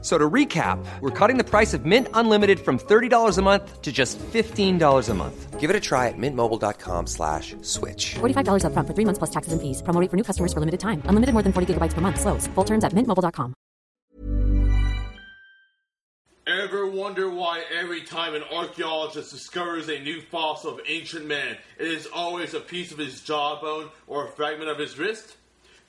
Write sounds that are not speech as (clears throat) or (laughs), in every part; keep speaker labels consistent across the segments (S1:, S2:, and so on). S1: So to recap, we're cutting the price of Mint Unlimited from $30 a month to just $15 a month. Give it a try at mintmobile.com slash switch.
S2: $45 upfront for three months plus taxes and fees. Promo rate for new customers for limited time. Unlimited more than 40 gigabytes per month. Slows. Full terms at mintmobile.com.
S3: Ever wonder why every time an archaeologist discovers a new fossil of ancient man, it is always a piece of his jawbone or a fragment of his wrist?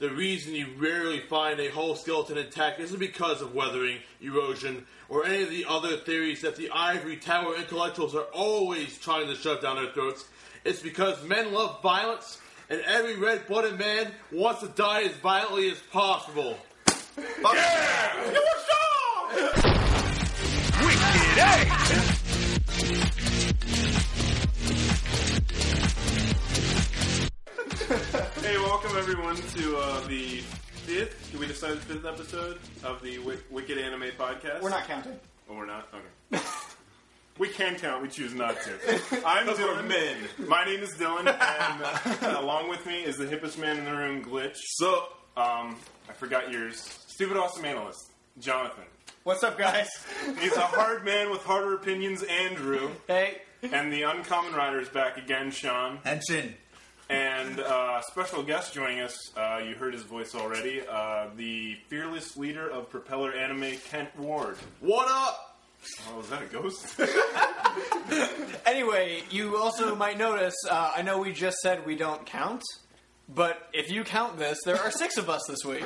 S3: The reason you rarely find a whole skeleton intact isn't because of weathering, erosion, or any of the other theories that the ivory tower intellectuals are always trying to shove down their throats. It's because men love violence, and every red blooded man wants to die as violently as possible. yeah! You were wrong!
S4: Wicked Eight!
S5: Hey, welcome everyone to uh, the fifth. Did we decide the fifth episode of the Wick Wicked Anime Podcast?
S6: We're not counting.
S5: Oh, we're not. Okay. (laughs) we can count. We choose not to. I'm Dylan. men. My name is Dylan, and uh, along with me is the hippest man in the room, Glitch. So, um, I forgot yours. Stupid awesome analyst, Jonathan.
S6: What's up, guys?
S5: He's a hard man with harder opinions, Andrew.
S6: hey,
S5: And the uncommon rider is back again, Sean.
S7: Attention.
S5: And uh, special guest joining us, uh, you heard his voice already, uh, the fearless leader of Propeller Anime, Kent Ward.
S3: What up?
S5: Oh, is that a ghost?
S6: Anyway, you also might notice. Uh, I know we just said we don't count, but if you count this, there are six of us this week.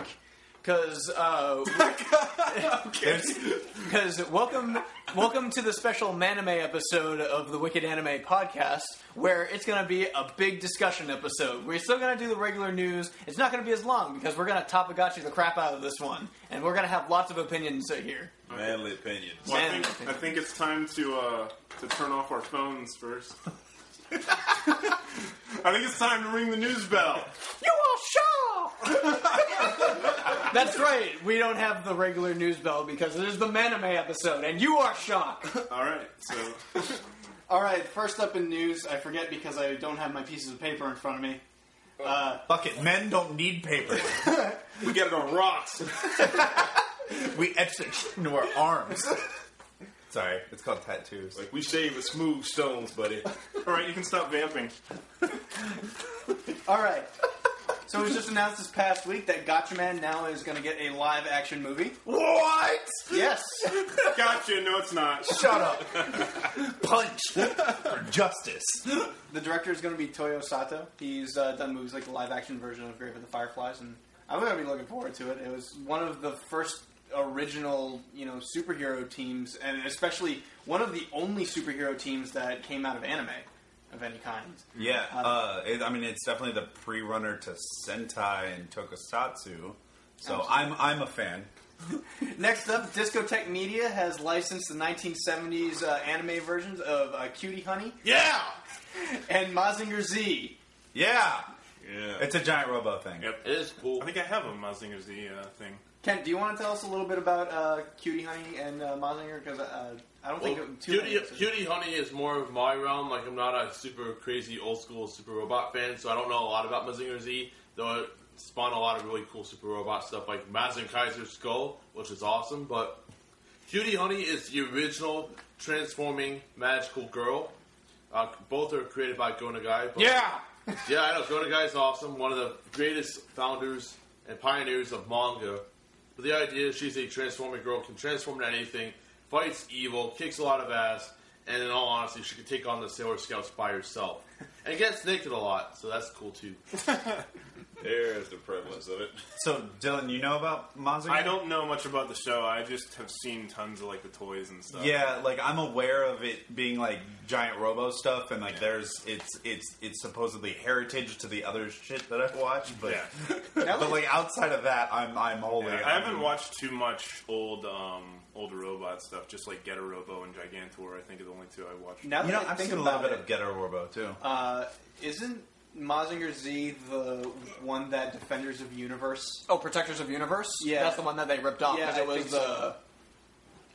S6: uh, Because (laughs) because welcome welcome to the special manime episode of the Wicked Anime Podcast, where it's going to be a big discussion episode. We're still going to do the regular news. It's not going to be as long because we're going to topagachi the crap out of this one, and we're going to have lots of opinions here.
S7: Manly opinions.
S5: Well, I, think, I think it's time to uh, to turn off our phones first. I think it's time to ring the news bell.
S6: You all shut up! That's right. We don't have the regular news bell because it is the anime episode, and you are shocked.
S5: All right, so
S8: All right, first up in news, I forget because I don't have my pieces of paper in front of me. Uh,
S7: Fuck it. Men don't need paper.
S5: we got it on rocks.
S7: we etch it into our arms. Sorry, it's called tattoos.
S5: We shave with smooth stones, buddy. All right, you can stop vamping.
S8: All right. So it was just announced this past week that Gotchaman now is going to get a live action movie.
S7: What?
S8: Yes.
S5: Gotcha. No, it's not.
S7: Shut up. Punch for justice.
S8: The director is going to be Toyo Sato. He's uh, done movies like the live action version of Grave of the Fireflies, and I'm going to be looking forward to it. It was one of the first original, you know, superhero teams, and especially one of the only superhero teams that came out of anime of any kind.
S9: Yeah, uh, it, I mean it's definitely the pre-runner to Sentai and Tokusatsu. So I'm I'm a fan.
S8: Next up, Discotech Media has licensed the 1970s uh, anime versions of uh, Cutie Honey
S5: Yeah.
S8: and Mazinger Z.
S9: Yeah,
S5: Yeah.
S9: it's a giant robo thing.
S5: Yep.
S3: It is cool.
S5: I think I have a Mazinger Z uh, thing.
S8: Kent, do you want to tell us a little bit about uh, Cutie Honey and uh, Mazinger? Because uh, I don't
S3: Well,
S8: think it, too
S3: Cutie,
S8: many episodes.
S3: Cutie Honey is more of my realm. Like, I'm not a super crazy old school super robot fan, so I don't know a lot about Mazinger Z, though it spawned a lot of really cool super robot stuff, like Mazin Kaiser Skull, which is awesome. But Cutie Honey is the original transforming magical girl. Uh, both are created by Go Nagai. But
S6: Yeah.
S3: Yeah, I know. Go Nagai is awesome. One of the greatest founders and pioneers of manga. But the idea is she's a transforming girl, can transform into anything, fights evil, kicks a lot of ass, and in all honesty, she can take on the Sailor Scouts by herself. And gets naked a lot, so that's cool too.
S7: There's the prevalence of it.
S9: So Dylan, you know about Mazinger?
S5: I don't know much about the show. I just have seen tons of like the toys and stuff.
S9: Yeah, like I'm aware of it being like giant robo stuff, and like there's it's it's it's supposedly heritage to the other shit that I've watched, but
S10: (laughs)
S5: Yeah.
S9: (laughs) but like outside of that, I'm I'm wholly.
S5: Yeah, I haven't watched too much old um, old robot stuff. Just like Get a Robo and Gigantor, I think are the only two I watched.
S8: Now that
S9: You know,
S8: I
S9: I've
S8: think
S9: seen a little
S8: about
S9: bit
S10: Uh,
S8: it,
S9: of Getter Robo too.
S8: uh, isn't
S10: Mazinger Z the one that Defenders of Universe?
S8: Oh, Protectors of Universe.
S10: Yeah.
S8: that's the one that they ripped off
S10: Yeah,
S8: because
S10: I
S8: it was
S10: think
S8: the
S10: so.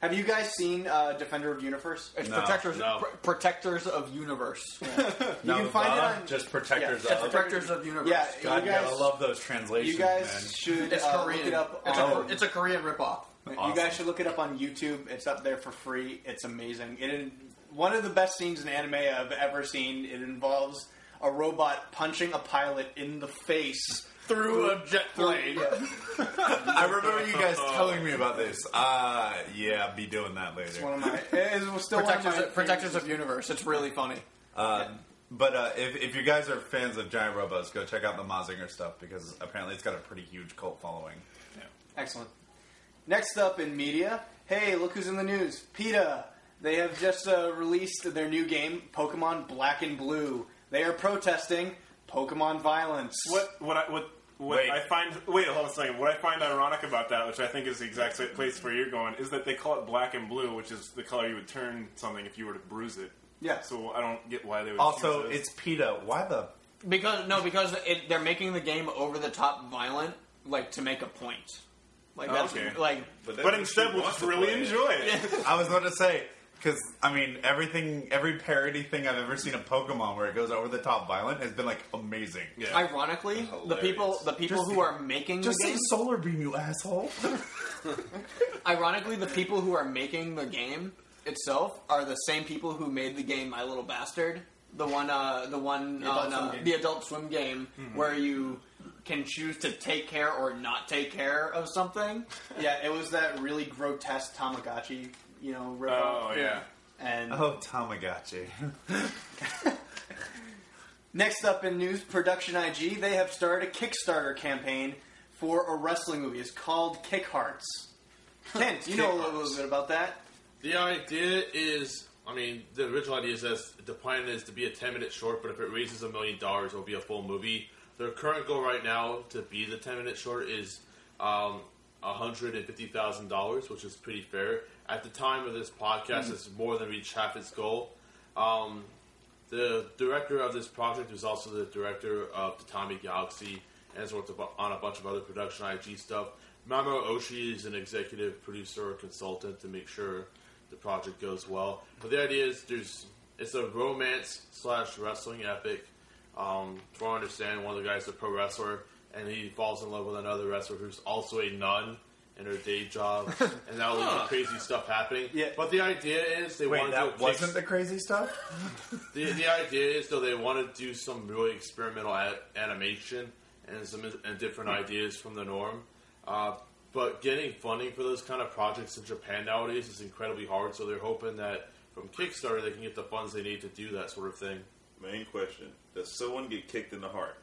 S10: Have you guys seen uh, Defender of Universe?
S8: it's
S9: No,
S8: Protectors
S9: no.
S8: Pr- Protectors of Universe.
S10: You can find it on
S9: just protectors
S10: Yeah,
S9: of.
S8: Protectors of Universe.
S10: Yeah,
S9: uh, God,
S10: you
S9: yeah,
S10: guys,
S9: I love those translations.
S10: you guys
S9: man.
S10: should
S8: It's
S10: uh,
S8: Korean.
S10: look it up.
S8: it's,
S10: on-
S8: a, it's a Korean ripoff.
S10: You guys should look it up on YouTube. It's up there for free. It's amazing. It in, one of the best scenes in anime I've ever seen. It involves a robot punching a pilot in the face
S8: (laughs)
S10: through a jet plane.
S9: I remember you guys telling me
S5: (laughs)
S9: about this. Uh, yeah, be doing that
S10: It's one
S9: later.
S10: of my. It
S9: (laughs)
S10: is still one of
S8: Protectors,
S10: my
S8: of, Protectors of Universe. It's really funny.
S9: But uh, if, if you guys are fans of giant robots, go check out the Mazinger stuff because apparently it's got a pretty huge cult following.
S10: Excellent. Next up in media, hey, look who's in the news. PETA. They have just uh, released their new game, Pokemon Black and Blue. They are protesting Pokemon violence.
S5: What what I what what
S9: Wait.
S5: I find wait hold on a second. What I find ironic about that, which I think is the exact same place where you're going, is that they call it black and blue, which is the color you would turn something if you were to bruise it.
S10: Yeah.
S5: So I don't get why they would.
S9: Also,
S5: choose those.
S9: it's PETA. Why the?
S8: Because no, because it, they're making the game over the top violent, like to make a point. Like that's
S5: Okay.
S8: like
S5: But instead, we'll just really enjoy
S8: (laughs)
S5: it.
S9: I was about to say because I mean everything, every parody thing I've ever seen of Pokemon where it goes over the top violent has been like amazing.
S5: Yeah.
S8: ironically, the people the people
S9: Just-
S8: who are making
S9: Just
S8: the
S9: say
S8: game,
S9: solar beam, you asshole.
S8: ironically, the people who are making the game itself are the same people who made the game My Little Bastard, the one uh, the one
S10: Adult
S8: on,
S10: Swim
S8: uh,
S10: game.
S8: the Adult Swim game
S5: Mm-hmm.
S8: where you can choose to take care or not take care of something.
S10: Yeah, it was that really grotesque Tamagotchi, you know, ripoff.
S5: Oh yeah.
S9: (laughs)
S10: And
S9: oh, Tamagotchi.
S10: next up in news, Production IG, they have started a Kickstarter campaign for a wrestling movie. It's called Kick Hearts. Kent, you know a little bit about that.
S3: The idea is, I mean, the original idea says the plan is to be a 10 minute short, but if it raises a million dollars, it'll be a full movie. Their current goal right now to be the 10 minute short is um, $150,000, which is pretty fair. At the time of this podcast, it's more than reached half its goal. Um, the director of this project is also the director of the Tommy Galaxy and has worked abo- on a bunch of other production IG stuff. Mamoru Oshii is an executive producer or consultant to make sure the project goes well. But the idea is there's it's a romance slash wrestling epic. Um, from what I understand, one of the guys is a pro wrestler, and he falls in love with another wrestler who's also a nun in her day
S9: (laughs)
S3: job, and that will lead to crazy stuff happening.
S10: Yeah.
S3: But the idea is they
S9: Wait,
S3: want to do a
S9: that
S3: kick-
S9: wasn't the crazy stuff.
S3: the, the idea is though they want to do some really experimental a- animation and some and different ideas from the norm. Uh, but getting funding for those kind of projects in Japan nowadays is incredibly hard. So they're hoping that from Kickstarter they can get the funds they need to do that sort of thing.
S11: Main question: Does someone get kicked in the heart?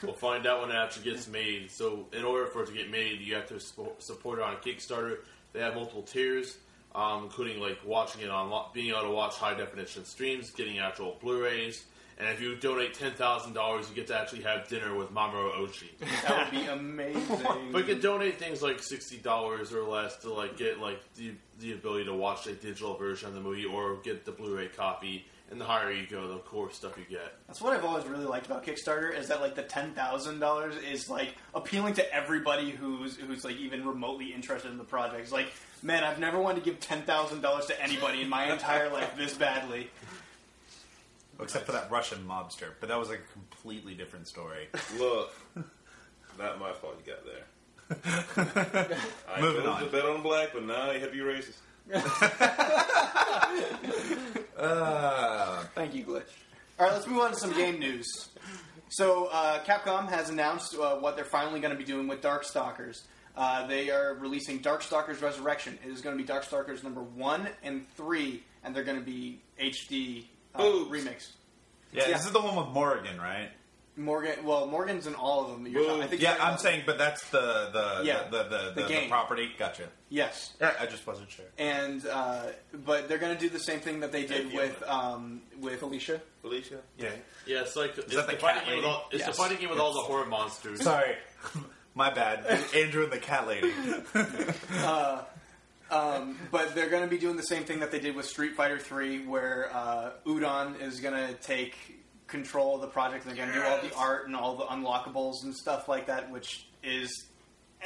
S3: We'll find out when it actually gets made. So, in order for it to get made, you have to spo- support it on Kickstarter. They have multiple tiers, um, including like watching it on, lo- being able to watch high definition streams, getting actual Blu-rays, and if you donate ten thousand dollars, you get to actually have dinner with Mamoru Oshii.
S10: That would be amazing.
S3: But you can donate things like sixty dollars or less to like get like the the ability to watch a digital version of the movie or get the Blu-ray copy. And the higher you go, the cooler stuff you get.
S10: That's what I've always really liked about Kickstarter is that like the ten thousand dollars is like appealing to everybody who's who's like even remotely interested in the project. It's like, man, I've never wanted to give ten thousand dollars to anybody in (laughs) my
S8: (laughs)
S10: entire life this badly.
S9: Except for that Russian mobster, but that was like a completely different story.
S11: Look, (laughs) not my fault you got there. I
S9: Moving
S11: chose
S9: on.
S3: (laughs)
S11: to bet on black, but now they have you racist.
S8: Thank you, Glitch.
S10: All right, let's move on to some game news. So, uh, Capcom has announced uh, what they're finally going to be doing with Darkstalkers. Uh, they are releasing Darkstalkers Resurrection. It is going to be Darkstalkers number one and three, and they're going to be HD uh,
S11: Boobs.
S10: remixed.
S9: Yeah,
S10: Yeah.
S9: this is the one with Morgan, right?
S10: Morgan, well, Morgan's in all of them. You're
S11: Well,
S10: I think
S9: Yeah,
S10: you're-
S9: I'm saying, but that's the the
S10: Yeah,
S9: the, the,
S10: the
S9: the, the,
S10: game.
S9: property. Gotcha.
S10: yes.
S9: Yeah, I just wasn't sure.
S10: And uh, but they're going to do the same thing that they did
S11: Yeah.
S10: with um, with Alicia.
S11: Felicia,
S9: Yeah.
S3: Yeah, it's like it's
S9: that
S3: the,
S9: the
S3: fighting
S9: cat
S3: game with
S9: lady?
S3: all, it's the
S8: Yes.
S3: fighting game with all the horror monsters.
S9: Sorry, (laughs) my bad. Andrew and the cat lady.
S10: But they're going to be doing the same thing that they did with Street Fighter Three, where uh, Udon is going to take control the project. and They're going to do all the art and all the unlockables and stuff like that, which is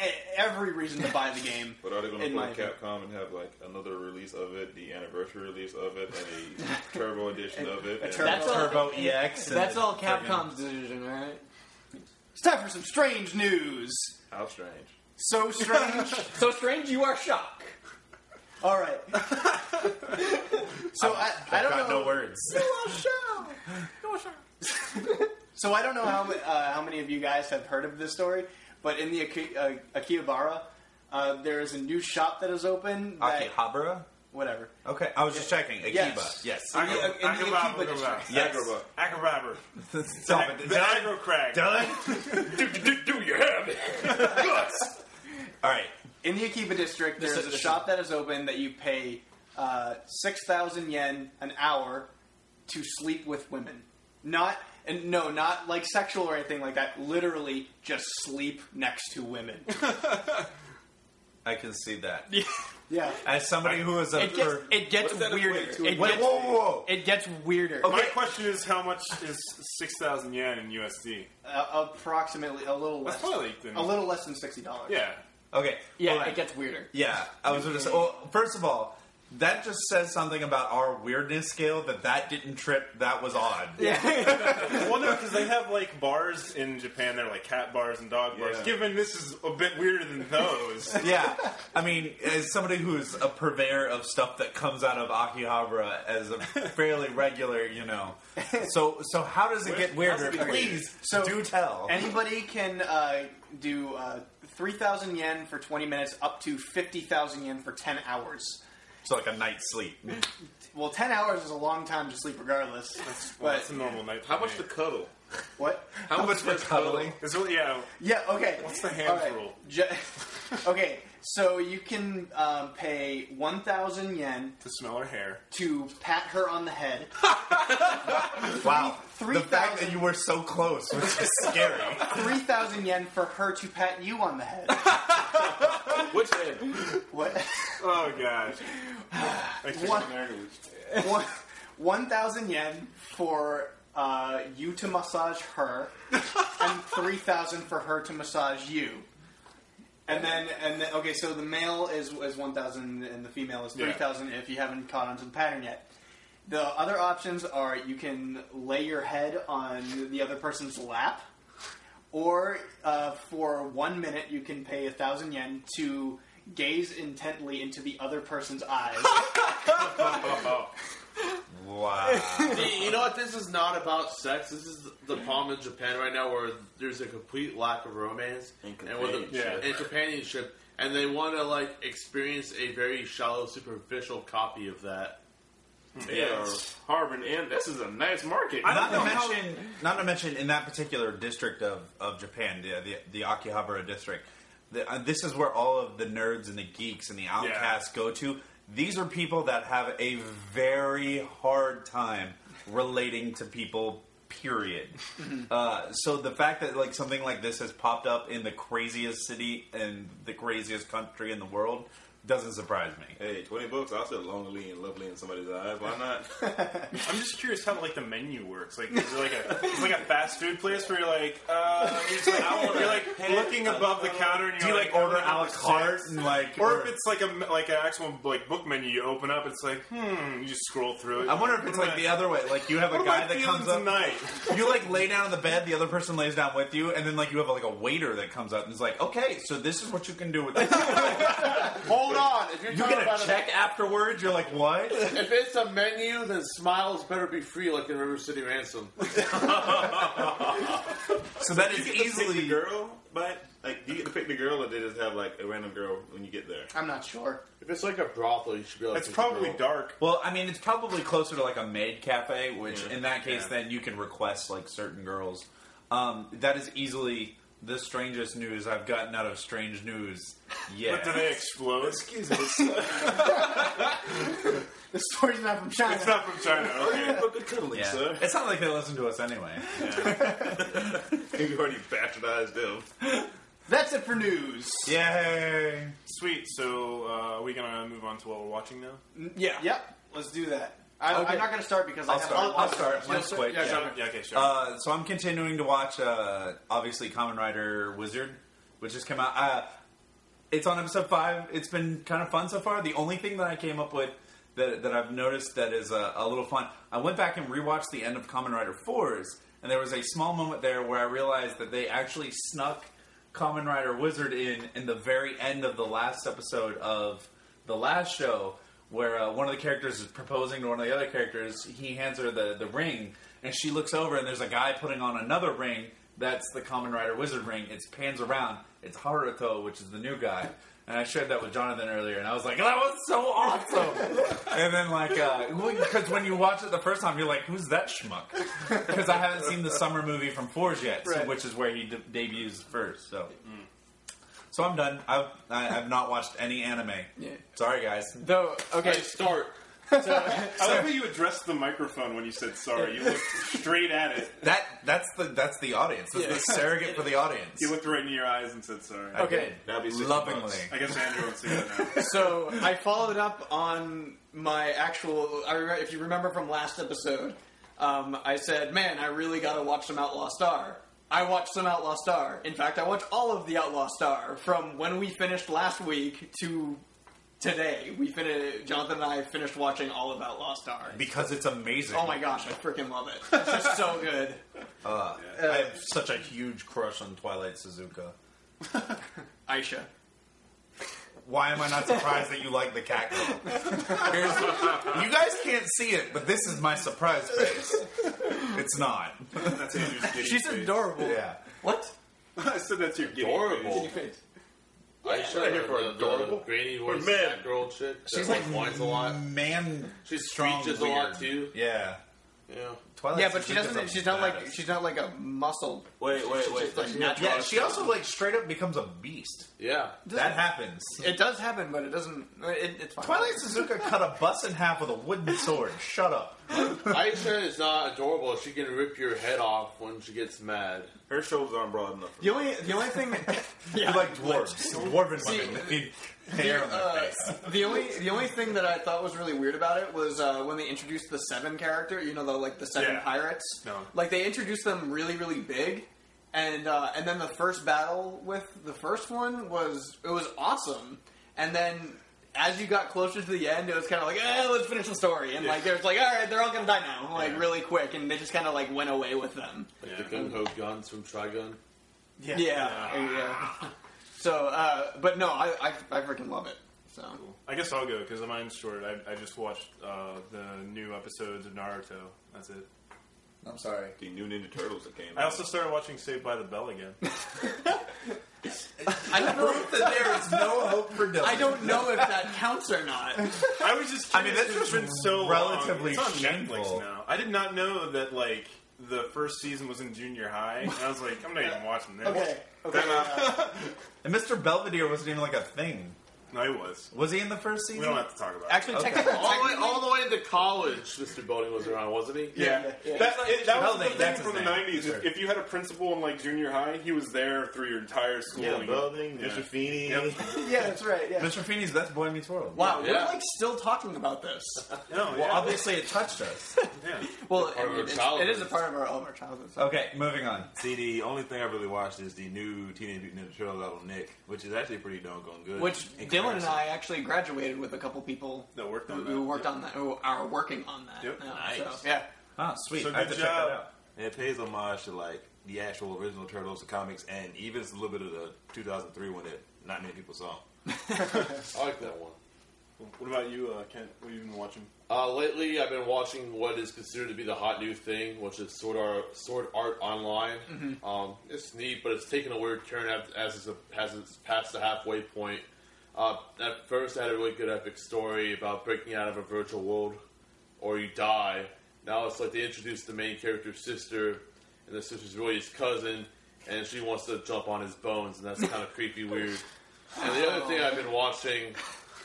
S10: e- every reason to buy the game.
S11: But are they going to
S10: in my
S11: put
S10: opinion.
S11: Capcom and have like another release of it, the anniversary release of it, and
S10: (laughs)
S11: a turbo edition of it? and-
S9: E
S8: That's all Capcom's decision, right?
S10: It's time for some strange news.
S11: How strange.
S10: So strange.
S8: so strange you are shocked.
S10: All right. (laughs) so I, I don't
S9: got
S10: know.
S9: no words.
S10: (laughs) So I don't know how uh, how many of you guys have heard of this story, but in the Aki- uh, Akihabara, uh, there is a new shop that is open. That,
S9: Akihabara?
S10: Whatever.
S9: Okay, I was just checking. Akiba.
S10: Yes.
S9: Yes.
S10: In the- in the Akiba
S5: Akiba
S10: district.
S9: Yes.
S5: Acrobabber.
S9: Stop it.
S10: (laughs)
S5: The Agro Crag.
S9: All right.
S10: In the Akiba district,
S8: This
S10: there's
S8: is-
S10: a
S8: this
S10: shop that is open that you pay uh, six thousand yen an hour to sleep with women. Not and no, not like sexual or anything like that. Literally, just sleep next to women.
S8: (laughs)
S9: I can see that.
S10: yeah.
S9: As somebody who is a
S8: It gets,
S9: per-
S8: it gets
S11: What does that
S8: weirder.
S11: equate to?
S8: It
S9: Wait,
S8: gets,
S9: whoa, whoa, whoa.
S8: it gets weirder.
S10: Oh,
S5: My question is, how much is six thousand yen in USD?
S10: Uh, approximately a little less.
S5: That's probably like the-
S10: a little less than sixty dollars.
S5: Yeah.
S9: Okay.
S8: Yeah,
S9: hold on.
S8: it gets
S10: (laughs)
S8: weirder.
S9: Yeah, I was going to say. Well, first of all, that just says something about our weirdness scale that that didn't trip. That was odd.
S5: Well, no, because they have like bars in Japan. They're like cat bars and dog bars.
S11: Yeah.
S5: Given this is a bit weirder than
S11: (laughs)
S5: those.
S9: yeah, I mean, as somebody who is a purveyor of stuff that comes out of Akihabara as a fairly regular, you know. So, so how does it get weirder?
S10: get weirder?
S9: Please,
S10: So-
S9: do tell.
S10: Anybody can uh, do uh, 3,000 yen for 20 minutes up to 50,000 yen for 10 hours.
S9: It's like a night's sleep.
S10: Well, 10 hours is a long time to sleep regardless.
S5: Well,
S10: but
S5: that's a normal night.
S11: How much
S5: the
S11: to cuddle?
S10: what?
S11: How,
S9: much for
S11: to
S9: cuddling?
S5: It's really, yeah.
S10: Yeah, okay.
S5: What's the hands
S10: All right.
S5: rule?
S10: Ju- (laughs) okay, so you can um, pay 1,000 yen
S5: To smell her hair.
S10: to pat her on the head.
S9: Wow.
S10: Three
S9: the fact that
S10: thousand-
S9: you were so close was
S10: (laughs)
S9: just scary.
S10: 3,000 yen for her to pat you on the head.
S11: Which end?
S10: What?
S5: Oh gosh.
S10: One- One- 1,000 yen for uh, you to massage her, and 3,000 for her to massage you. And then, and then, okay, so the male is, is 1,000 and the female is
S5: Yeah.
S10: 3,000 if you haven't caught onto the pattern yet. The other options are you can lay your head on the other person's lap, or uh, for one minute you can pay 1,000 yen to gaze intently into the other person's eyes.
S9: Wow.
S11: See, you know what? This is not about sex. This is the problem in Japan right now, where there's a complete lack of romance
S7: And
S11: with the-
S5: companionship.
S11: and companionship, and they want to like experience a very shallow, superficial copy of that.
S12: Hmm. Yeah, Harbin Inn. This is a nice market.
S9: Not to mention, not to mention, in that particular district of, of Japan, the the, the Akihabara district, the, uh, this is where all of the nerds and the geeks and the outcasts go to. These are people that have a very hard time relating to people. Period. uh, so the fact that like something like this has popped up in the craziest city and the craziest country in the world doesn't surprise me.
S11: Hey, twenty bucks. I said lonely and lovely in somebody's eyes. Why
S9: (laughs)
S11: not?
S5: I'm just curious how like the menu works. Like, is it like a it's like a fast food place where you're like, uh, you're, just like, I want- you're like looking above the counter and
S9: Do
S5: you're
S9: you like order
S5: I
S9: a la
S5: want number
S9: carte
S5: six.
S9: and like,
S5: Or if it's like a like an actual like book menu, you open up, it's like hmm, you just scroll through it.
S9: I wonder if it's like the other way. Like you have a
S5: What am
S9: guy
S5: I
S9: that
S5: feeling
S9: comes up. (laughs)
S5: tonight?
S9: You like lay down on the bed, the other person lays down with you, and then like you have like a waiter that comes up and is like, "Okay, so this is what you can do with this.
S11: Hold on. If you're
S9: You
S11: talking
S9: get
S3: (laughs)
S11: about
S9: a check afterwards." You're like, "What?"
S11: A, if it's a menu, then smiles better be free, like in River City Ransom.
S9: So
S5: (laughs)
S9: that
S11: Pick
S9: is
S11: the
S9: easily.
S11: girl, but like, do you get to pick the girl, or they just have like a random girl when you get there?
S10: I'm not sure.
S11: If it's like a brothel, you should be. Like,
S5: It's probably dark.
S9: Well, I mean, it's probably closer to like a maid cafe, which in that case,
S5: Yeah.
S9: then you can request like certain girls. Um, that is easily the strangest news I've gotten out of strange news
S5: (laughs) But
S9: yet.
S5: do they explode? Excuse me.
S9: (laughs)
S10: The story's not from China.
S5: It's not from China.
S11: (laughs)
S5: Okay.
S11: good cuddling,
S9: Yeah. (laughs)
S11: sir.
S9: It's not like they listen to
S5: (laughs)
S9: us anyway.
S11: you already bastardized them.
S10: That's it for news.
S9: Yay!
S5: Sweet. So uh, are we gonna move on to what we're watching now?
S10: Yeah. Yep. Let's do that.
S8: I,
S9: Okay.
S8: I'm not going to start because I
S9: I'll
S8: have
S9: start. I'll, start.
S8: You'll
S9: Mine's
S8: start?
S9: quick.
S8: Yeah, sure.
S5: okay, sure.
S9: Uh, so I'm continuing to watch, uh, obviously, Common Rider Wizard, which just came out. Uh, it's on episode five. It's been kind of fun so far. The only thing that I came up with that, that I've noticed that is uh, a little fun. I went back and rewatched the end of Common Rider Fours, and there was a small moment there where I realized that they actually snuck Common Rider Wizard in in the very end of the last episode of the last show, where uh, one of the characters is proposing to one of the other characters. He hands her the, the ring, and she looks over, and there's a guy putting on another ring. That's the Common Rider Wizard ring. It pans around. It's Haruto, which is the new guy. And I shared that with Jonathan earlier, and I was like, "That was so awesome!" and then, like, because when you watch it the first time, you're like, "Who's that schmuck?" Because I haven't seen the summer movie from Forge yet, so-
S13: Right.
S9: which is where he de- debuts first. So, so I'm done. I've I, I've not watched any anime. Sorry, guys.
S10: Though, okay,
S3: start.
S5: I like how you addressed the microphone when you said sorry. You looked straight at it.
S9: That that's the that's the audience. That's
S5: Yeah.
S9: the surrogate for
S10: (laughs)
S9: the audience.
S5: You looked right into your eyes and said sorry.
S9: I Okay. did. That'd be 60 Lovingly. bucks.
S5: I guess Andrew won't see that now.
S10: so I followed up on my actual. I remember, if you remember from last episode, um, I said, "Man, I really got to watch some Outlaw Star." I watched some Outlaw Star. In fact, I watched all of the Outlaw Star from when we finished last weck to today. We finished. Jonathan and I finished watching all of Outlaw Star.
S9: because it's amazing.
S10: Oh my gosh, I freaking love it! (laughs) It's just so good.
S9: Uh, I have such a huge crush on Twilight Suzuka.
S10: Aisha.
S9: Why am I not surprised that you like the cat girl? Here's- you guys can't see it, but this is my surprise face. It's not.
S10: She's adorable.
S9: Yeah.
S10: What?
S5: I said that's your giddy
S3: Adorable.
S5: face.
S3: I shot her
S5: here for
S3: for the,
S5: adorable.
S3: the granny
S5: For
S3: voice
S5: men.
S3: that girl chick. that,
S9: She's like
S3: whines a lot.
S9: Man,
S3: She
S9: strong
S3: screeches a lot
S9: weird.
S3: too.
S9: Yeah.
S3: Yeah.
S9: Twilight
S10: yeah, but she
S9: Suzuka's
S10: doesn't.
S9: a
S10: She's not like
S9: badass.
S10: she's not like a muscle.
S9: Wait, wait,
S10: She's
S9: wait.
S10: just, like, natural.
S9: yeah, she also like straight up becomes a beast.
S3: Yeah,
S9: that happens.
S10: It does happen, but it doesn't. It, it's fine.
S9: Twilight Suzuka cut a bus in half with a wooden sword. Shut up.
S3: Aisha is not adorable. She can rip your head off when she gets mad.
S14: Her shoulders aren't broad enough.
S10: The only the only thing
S9: You like dwarves, dwarven women. that need (laughs) hair on their
S10: uh, (laughs)
S9: face.
S10: the only the only thing that I thought was really weird about it was uh, when they introduced the seven character. You know, the like the
S5: Yeah.
S10: seven pirates.
S5: No.
S10: Like they introduced them really really big, and uh, and then the first battle with the first one was it was awesome, and then. As you got closer to the end, it was kind of like, eh, let's finish the story. And, like, there's like, all right, they're all going to die now, like,
S3: Yeah.
S10: really quick. And they just kind of, like, went away with them.
S3: Like the gun ho guns from Trigun.
S10: Yeah. Yeah. (laughs) So, uh, but no, I, I, I freaking love it. So,
S5: I guess I'll go because mine's short. I, I just watched uh, the new episodes of Naruto. That's it.
S13: I'm sorry.
S14: The new Ninja Turtles that came
S5: I also started watching Saved by the Bell again.
S10: I don't know if (laughs) that there is
S9: no hope for Dylan.
S10: I don't know if (laughs) that counts or not.
S5: I was just.
S9: I mean,
S5: curious
S9: that's
S5: 'cause it's
S9: just
S5: been so
S9: relatively
S5: long. It's on
S9: shameful.
S5: Netflix now. I did not know that like the first season was in junior high. And I was like, I'm not even watching this.
S10: Okay,
S5: okay.
S9: And Mr. Belvedere wasn't even like a thing.
S5: No, he was.
S9: Was he in the first season?
S5: We don't have to talk about. it.
S10: Actually, technically,
S3: All the, way, all the way to college, Mr. Building was around, wasn't he?
S5: Yeah, That, it, that was
S9: Belding,
S5: the thing
S9: that's
S5: from the
S9: his name.
S5: '90s.
S9: Sure.
S5: If you had a principal in like junior high, he was there through your entire schooling.
S14: Belding,
S5: Yeah.
S14: Mr. Feeney.
S10: yeah, (laughs) that's right. Yeah.
S9: Mr. Feeney's That's Boy Meets World.
S10: Wow, we're
S3: Yeah.
S10: like still talking about (laughs) this.
S5: No,
S9: Well, obviously it touched us.
S5: yeah.
S10: Well,
S3: Part of our
S10: it, it's,
S3: childhood.
S10: it is a part of our all of our childhood. So.
S9: Okay, moving on.
S14: See, the only thing I really watched is the new Teenage Mutant Ninja Turtles out on Nick, which is actually pretty doggone good.
S10: Which
S14: In
S10: Dylan and
S14: comparison.
S10: I actually graduated with a couple people
S5: That worked
S10: who,
S5: on
S10: who
S5: that.
S10: worked on that, who are working on that.
S5: Yep.
S10: now,
S14: Nice.
S10: so, yeah.
S9: Ah, sweet.
S14: So
S9: I have
S14: good
S9: to check that
S14: job.
S9: out.
S14: And it pays homage to like the actual original Turtles, the comics, and even a little bit of the 2003 one that not many people saw.
S3: I like that one.
S5: What about you, uh, Kent? What have you been watching?
S3: Uh, lately, I've been watching what is considered to be the hot new thing, which is Sword Art, Sword Art Online. Um, it's neat, but it's taken a weird turn as, as it's, as it's past the halfway point. Uh, at first, I had a really good epic story about breaking out of a virtual world, or you die. Now it's like they introduced the main character's sister, and the sister's really his cousin, and she wants to jump on his bones, and that's kind of creepy, weird. And the other thing I've been watching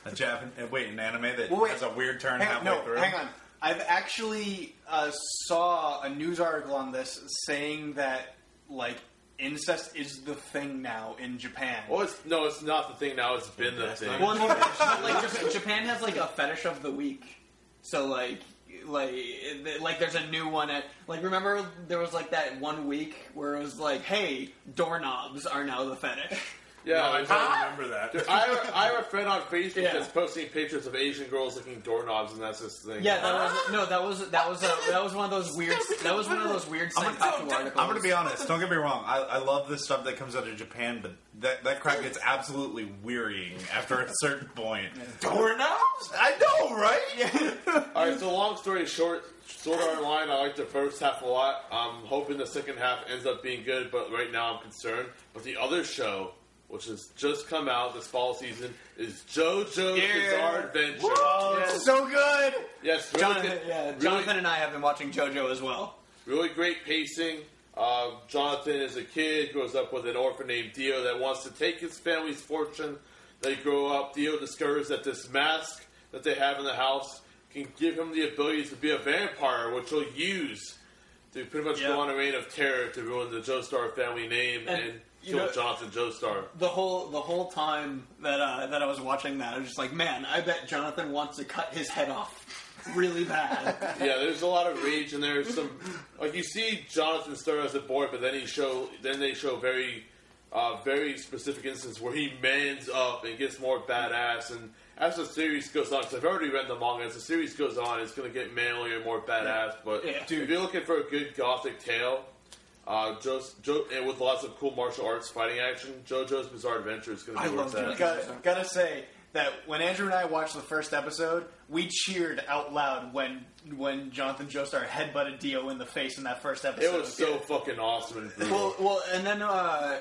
S9: A Japan, uh, wait, an anime that
S8: Well, wait.
S9: has a weird turn
S8: Hang on,
S9: halfway
S8: no,
S9: through.
S8: hang on. I've actually uh, saw a news article on this saying that like incest is the thing now in Japan.
S3: Well, it's, no, it's not the thing now. It's been the thing.
S10: Well, no, but, like Japan, Japan has like a fetish of the week, so like
S8: like like there's a new one at like remember there was like that one week where it was like hey doorknobs are now the fetish
S3: Yeah, No, I don't Huh?
S5: remember
S14: (laughs)
S5: that.
S3: Dude, (laughs) I, have- I have a friend on Facebook
S8: Yeah.
S3: that's posting pictures of Asian girls licking doorknobs, and that's his thing.
S8: yeah that was no that was that was a, that was one of those weird that was one of those weird
S9: I'm
S8: Senkaku
S9: gonna,
S8: articles
S9: I'm gonna be honest. Don't get me wrong. I, I love this stuff that comes out of Japan, but that, that crap gets absolutely wearying after a certain (laughs) point.
S3: doorknobs.
S9: I know, right?
S3: All right. So long story short, Sword Art Online. I like the first half a lot. I'm hoping the second half ends up being good, but right now I'm concerned. But the other show, which has just come out this fall season, is JoJo's Bizarre Adventure.
S8: Yes. so good
S3: Yes, really
S8: Jonathan,
S3: good-
S8: yeah,
S3: really-
S8: Jonathan and I have been watching JoJo as well
S3: Really great pacing. Uh, Jonathan is a kid, grows up with an orphan named Dio that wants to take his family's fortune. They grow up. Dio discovers that this mask that they have in the house can give him the ability to be a vampire, which he'll use to pretty much go on a reign of terror to ruin the Joestar family name
S8: And,
S3: and,
S8: you
S3: kill
S8: know-
S3: Jonathan Joestar.
S8: the whole the whole time that uh, that I was watching that I was just like man I bet Jonathan wants to cut his head off really bad
S3: yeah, there's a lot of rage, and there's some like you see Jonathan Stern as a boy, but then he show then they show very uh, very specific instance where he mans up and gets more badass. And as the series goes on, because I've already read the manga, as the series goes on, it's going to get manlier, more badass. But
S8: Yeah.
S3: if you're looking for a good gothic tale. Uh, just, jo- and with lots of cool martial arts fighting action, JoJo's Bizarre Adventure is going to
S10: I
S3: be worth
S10: love
S3: that.
S10: that. Gotta, gotta say that when Andrew and I watched the first episode, we cheered out loud when when Jonathan Joestar headbutted Dio in the face in that first episode.
S3: It was so fucking awesome and brutal.
S8: well well and then uh,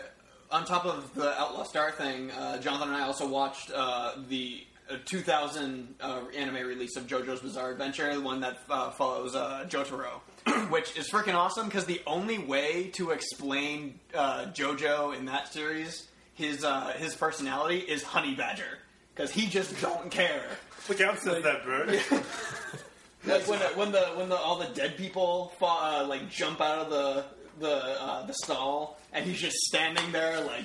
S8: on top of the Outlaw Star thing uh, Jonathan and I also watched uh, the uh, 2000 uh, anime release of JoJo's Bizarre Adventure the one that uh, follows uh, Jotaro (clears throat) which is freaking awesome because the only way to explain uh, JoJo in that series his uh, his personality is Honey Badger because he just don't care.
S5: Look out, said that
S14: (laughs)
S5: bird.
S8: Like when when the when the all the dead people fa uh, like jump out of the the uh, the stall and he's just standing there like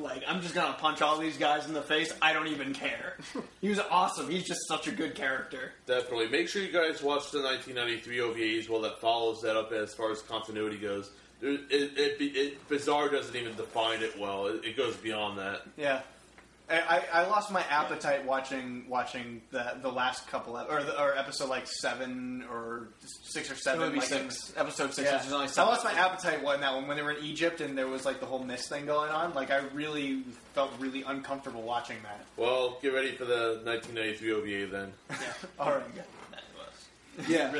S8: like I'm just gonna punch all these guys in the face. I don't even
S10: (laughs)
S8: care. he was awesome. He's just such a good character.
S3: Definitely. Make sure you guys watch the 1993 OVA as well. That follows that up as far as continuity goes. There- It, it, it, bizarre doesn't even define it well. It, it goes beyond
S5: (laughs)
S3: that.
S10: Yeah. I, I I lost my appetite watching watching the the last couple of, or the, or episode like seven or six or seven.
S8: would be
S10: like,
S8: six. Episode six, which is only
S10: I
S8: seven.
S10: lost my appetite one that one when they were in Egypt and there was like the whole mist thing going on. Like I really felt really uncomfortable watching that.
S3: Well, get ready for the 1993 OVA then.
S10: All right. (laughs) Yeah.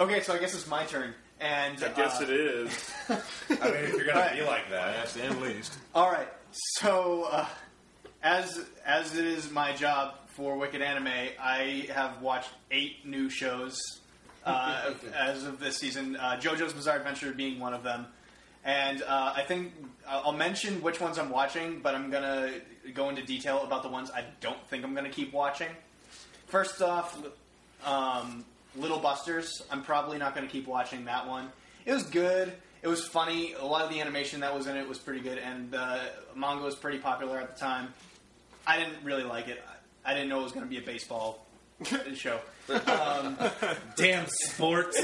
S10: Okay, so I guess it's my turn. And
S5: I guess
S10: uh,
S5: it is.
S9: I mean, if you're gonna be
S10: Right.
S9: like that,
S12: Last and least.
S10: All right. So, uh, as as it is my job for Wicked Anime, I have watched eight new shows
S8: (laughs)
S10: uh, as of this season. Uh, JoJo's Bizarre Adventure being one of them, and uh, I think I'll I'll mention which ones I'm watching, but I'm gonna go into detail about the ones I don't think I'm gonna keep watching. First off, um, Little Busters. I'm probably not going to keep watching that one. It was good. It was funny. A lot of the animation that was in it was pretty good, and the manga was pretty popular at the time. I didn't really like it. I I didn't know it was going to be a baseball
S8: (laughs)
S10: show.
S9: (laughs) damn sports.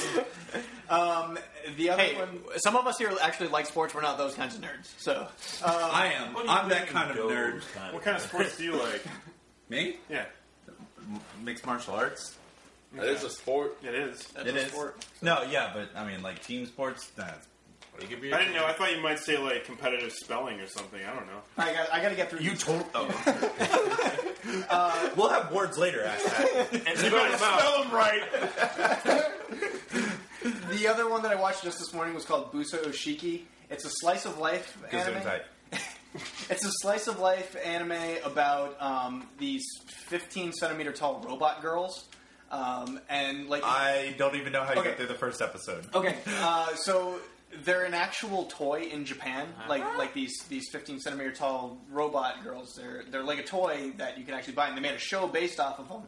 S10: Um, the other
S8: Hey,
S10: one,
S8: some of us here actually like sports. We're not those kinds of nerds. So
S9: I am. I'm that kind of nerd.
S5: What kind of sports do you like?
S9: Me?
S5: Yeah,
S9: Mixed martial arts.
S3: (laughs) That is a sport.
S5: it is.
S9: it is. No, yeah, but I mean, like team sports. That's
S12: It could be
S5: I didn't know. I thought you might say like competitive spelling or something. I don't know.
S10: I got, I got to get through.
S9: you
S10: these.
S9: told. Oh. (laughs) Uh, we'll have words later. After (laughs) that.
S5: And you gotta spell them right.
S10: the other one that I watched just this morning was called Buso Oshiki. It's a slice of life anime.
S9: Gesundheit.
S10: It's a slice of life anime about um, these 15 centimeter tall robot girls, um, and like
S9: I don't even know how you
S10: Okay.
S9: got through the first episode.
S10: Okay, uh, so they're an actual toy in Japan, like like these these 15 centimeter tall robot girls. They're they're like a toy that you can actually buy, and they made a show based off of them.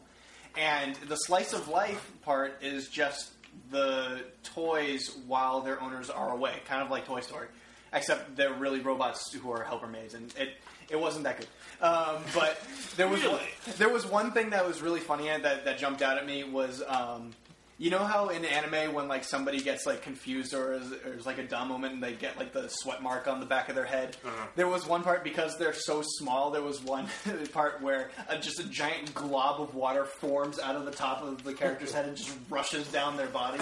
S10: And the slice of life part is just the toys while their owners are away, kind of like Toy Story, except they're really robots who are helper maids, and it it wasn't that good. Um, but there was one, there was one thing that was really funny and that that jumped out at me was. Um, You know how in anime when like somebody gets like confused or is, or is like a dumb moment and they get like the sweat mark on the back of their head. There was one part because they're so small. There was one (laughs) part where uh, just a giant glob of water forms out of the top of the character's head and just rushes down their body.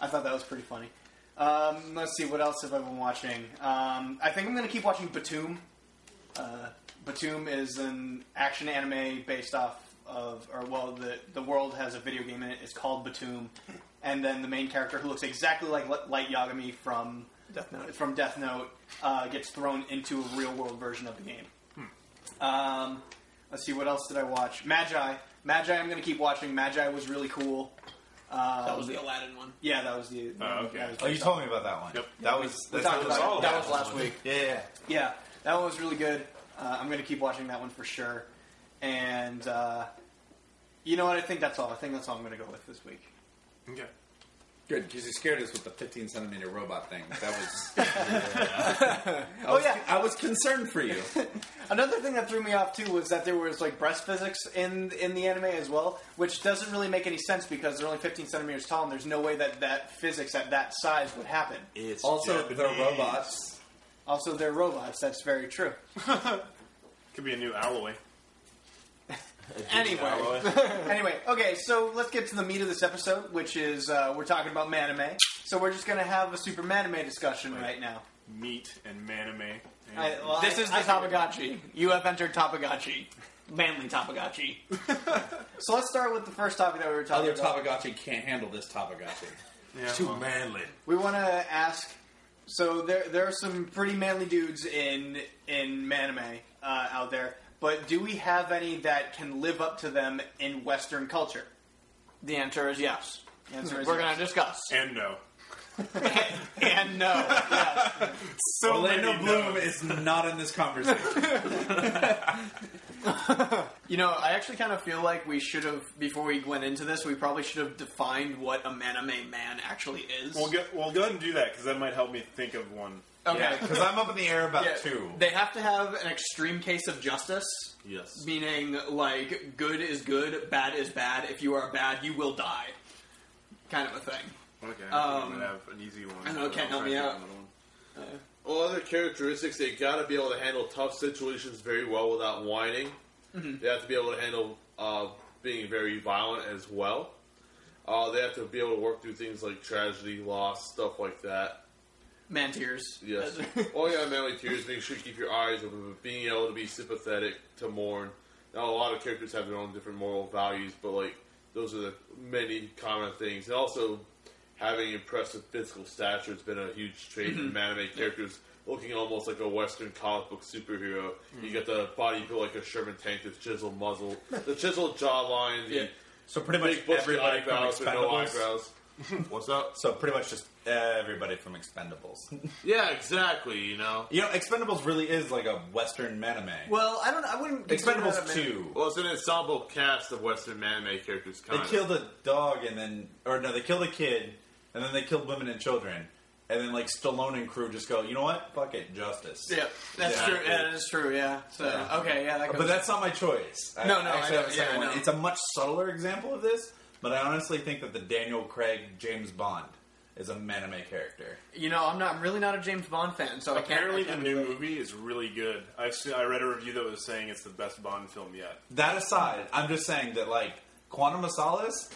S10: I thought that was pretty funny. Um, let's see what else have I been watching. Um, I think I'm gonna keep watching Batum. Uh, Batum is an action anime based off of, or well, the the world has a video game in it. It's called Batum, and then the main character who looks exactly like Li- Light Yagami from
S8: Death Note.
S10: from Death Note uh, gets thrown into a real world version of the game.
S8: Hmm.
S10: Um, let's see, what else did I watch? Magi. Magi, I'm going to keep watching. Magi was really cool. Um,
S8: That was the Aladdin one.
S10: Yeah, that was the.
S8: Oh, okay.
S10: that was
S15: Oh, you told me about that one.
S10: Yep.
S15: That was
S10: We
S15: that's
S10: talked
S15: what
S10: about
S15: all
S10: it. That
S15: about.
S10: was last week.
S15: Yeah, yeah, yeah.
S10: Yeah, that one was really good. Uh, I'm going to keep watching that one for sure. And uh, you know what? I think that's all. I think that's all I'm going to go with this week.
S5: Okay.
S9: Good, because you scared us with the 15 centimeter robot thing. That (laughs) was. I
S10: Oh,
S9: was,
S10: yeah.
S9: I was concerned for you.
S10: Another thing that threw me off too was that there was like breast physics in in the anime as well, which doesn't really make any sense because they're only 15 centimeters tall, and there's no way that that physics at that size would happen.
S16: It's
S9: Also, they're
S16: Japanese.
S9: robots.
S10: Also, they're robots. That's very true.
S5: Could be a new alloy.
S10: Anyway,
S9: (laughs)
S10: anyway, okay. So let's get to the meat of this episode, which is uh, we're talking about manime. So we're just gonna have a super manime discussion right now.
S5: Meat and manime. And
S10: I- well,
S8: This
S10: I-
S8: is the
S10: I-
S8: Tapagachi. You have entered Tapagachi. Manly Tapagachi.
S10: (laughs) So let's start with the first topic that we were talking
S9: Other
S10: about.
S9: Tabagachi can't handle this Tabagachi.
S16: Too manly.
S10: We want to ask. So there, there are some pretty manly dudes in in manime uh, out there, but do we have any that can live up to them in Western culture?
S8: The answer is yes.
S10: The answer is
S8: We're
S10: yes.
S8: going to discuss.
S5: And no.
S8: And no. Yes.
S5: So
S9: Orlando
S5: many
S9: Bloom
S5: no's.
S9: is not in this (laughs) conversation.
S8: You know, I actually kind of feel like we should have, before we went into this, we probably should have defined what a maname man actually is.
S5: We'll go, we'll go ahead and do that because that might help me think of one.
S8: okay.
S9: Yeah, because I'm up in the air about
S8: Yeah,
S9: two.
S8: They have to have an extreme case of justice.
S16: Yes.
S8: Meaning, like, good is good, bad is bad. If you are bad, you will die. Kind of a thing.
S5: Okay.
S8: Um,
S5: I'm gonna have an easy one.
S8: I know,
S5: but
S8: can't
S5: I'll
S8: help
S5: try
S8: me
S5: and
S8: out.
S5: think of another one.
S3: All other characteristics, they gotta be able to handle tough situations very well without whining.
S5: Mm-hmm.
S3: They have to be able to handle uh, being very violent as well. Uh, they have to be able to work through things like tragedy, loss, stuff like that.
S8: Man tears.
S9: (laughs)
S3: Yes. oh yeah, manly tears. Make sure you keep your eyes open. But being able to be sympathetic to mourn. Now a lot of characters have their own different moral values, but like those are the many common things. And also having impressive physical stature has been a huge trait in
S9: Mm-hmm.
S3: anime characters. Looking almost like a Western comic book superhero,
S9: Mm-hmm.
S3: you get the body built like a Sherman tank, the chiseled muzzle, the chiseled jawline, the
S8: Yeah.
S9: So pretty much
S3: big bushy
S9: everybody from
S3: eyebrows with no
S9: Expendables.
S3: eyebrows. What's up?
S9: so pretty much just everybody from (laughs) Expendables.
S3: Yeah, exactly. You know,
S9: you know, Expendables really is like a Western anime.
S8: Well, I don't. I wouldn't. consider that
S9: Expendables
S8: a man-
S9: two.
S3: Well, it's an ensemble cast of Western anime characters.
S9: They
S3: Kind of.
S9: killed a dog and then, or no, they killed a kid and then they killed women and children. And then, like, Stallone and crew just go, you know what? Fuck it, justice.
S8: Yeah, that's
S9: Yeah.
S8: true. Yeah, that is true. Yeah. So okay, yeah, that goes.
S9: But that's not my choice. I-
S8: No, no,
S9: actually
S8: I know,
S9: have a second
S8: yeah, I
S9: one.
S8: know.
S9: It's a much subtler example of this, but I honestly think that the Daniel Craig James Bond is a anime character.
S8: you know, I'm not. I'm really not a James Bond fan, so
S5: Apparently,
S8: I can't.
S5: the
S8: I can't
S5: new
S8: relate.
S5: movie is really good. I've seen, I read a review that was saying it's the best Bond film yet.
S9: That aside, I'm just saying that like Quantum of Solace,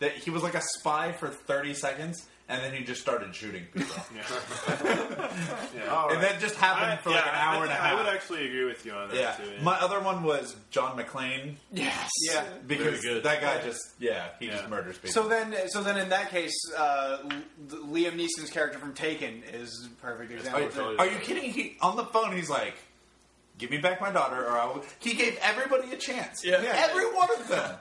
S9: that he was like a spy for 30 seconds, and then he just started shooting
S8: (laughs)
S9: people,
S5: Yeah.
S9: and that just happened for like an
S5: I
S9: hour
S5: think
S9: and a
S5: I
S9: half.
S5: would actually agree with you on that
S9: yeah,
S5: too.
S9: my other one was John McClane
S8: Yes.
S10: Yeah.
S9: because
S5: Very good.
S9: that guy just yeah he just
S5: Yeah.
S9: murders people.
S10: So then, so then, in that case, uh, L- Liam Neeson's character from Taken is a perfect
S9: Are,
S10: example.
S9: are you kidding? He on the phone. He's like, "Give me back my daughter," or I will. He gave everybody a chance.
S8: Yeah. Yeah.
S9: every one of them.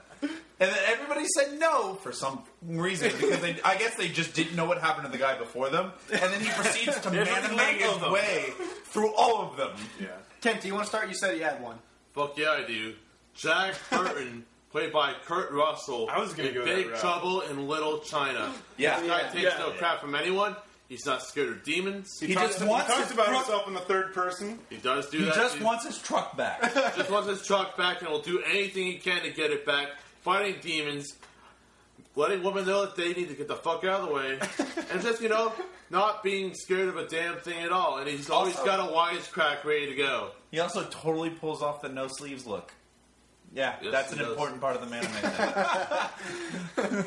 S9: And then everybody said no for some reason because they, I guess they just didn't know what happened to the guy before them. And then he proceeds
S5: (laughs)
S9: to manipulate
S5: one of
S9: his
S5: them.
S9: way through all of them.
S5: yeah.
S10: Kent, do you want to start? You said you had one.
S3: Fuck yeah, I do. Jack Burton, played by Kurt Russell.
S5: I was gonna
S3: in
S5: go that
S3: Big
S5: route.
S3: Trouble in Little China.
S9: Yeah.
S3: this guy
S10: Yeah.
S3: takes
S5: Yeah.
S3: no crap from anyone. He's not scared of demons.
S5: He,
S3: He,
S9: He
S5: talks,
S9: just
S5: he
S9: wants
S5: talks
S9: to
S5: about
S9: pro-
S5: himself in the third person.
S3: does do
S9: He
S3: that.
S9: just
S3: He
S9: wants his truck
S5: (laughs)
S9: back.
S3: just wants his truck back, and will do anything he can to get it back. Fighting demons, letting women know that they need to get the fuck out of the way, and just you know not being scared of a damn thing at all. And he's always
S17: Also-
S3: got a wisecrack ready to go.
S17: He also totally pulls off the no sleeves look. Yeah,
S3: Yes,
S17: that's
S3: he
S17: an
S3: does.
S17: important part of the anime. thing.
S5: Hmm,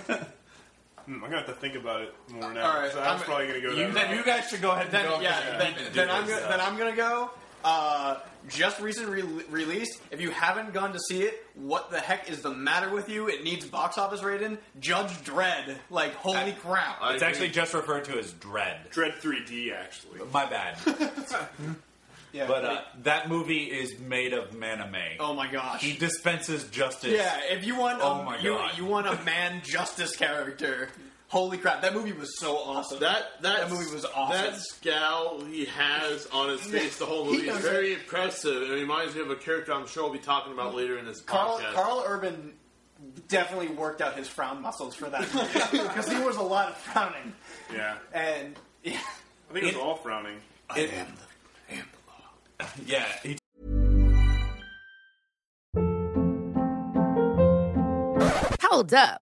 S5: I'm gonna have to think about it more now.
S10: All right,
S5: so I was
S10: I'm-
S5: probably gonna go.
S10: you-
S5: that
S10: then
S5: route.
S10: you guys
S17: should go ahead and
S10: Then,
S5: go up
S10: yeah,
S5: there.
S10: then,
S5: You can do
S10: then I'm
S5: this,
S10: gonna,
S5: yeah.
S10: then I'm gonna go. Uh, just recent re- released. If you haven't gone to see it, what the heck is the matter with you? It needs box office rating. Judge Dredd. Like holy crap!
S9: it's actually just referred to as Dread.
S5: Dread 3D, actually.
S9: My bad.
S10: yeah,
S9: but uh, that movie is made of maname.
S10: Oh my gosh.
S9: He dispenses justice.
S10: yeah. If you want,
S9: Oh
S10: a,
S9: my
S10: you,
S9: God.
S10: you want a man justice character. Holy crap! That movie was so awesome.
S3: That that,
S10: movie was awesome.
S3: That scowl he has on his face the whole
S10: (laughs) He
S3: movie is
S10: does
S3: very impressive. It reminds me of a character I'm sure we'll be talking about later in this
S8: Carl,
S3: podcast.
S8: Carl Urban definitely worked out his frown muscles for that because he was a lot of frowning
S5: Yeah.
S8: and
S5: I think it was all frowning.
S9: I am Yeah. He
S18: Hold up.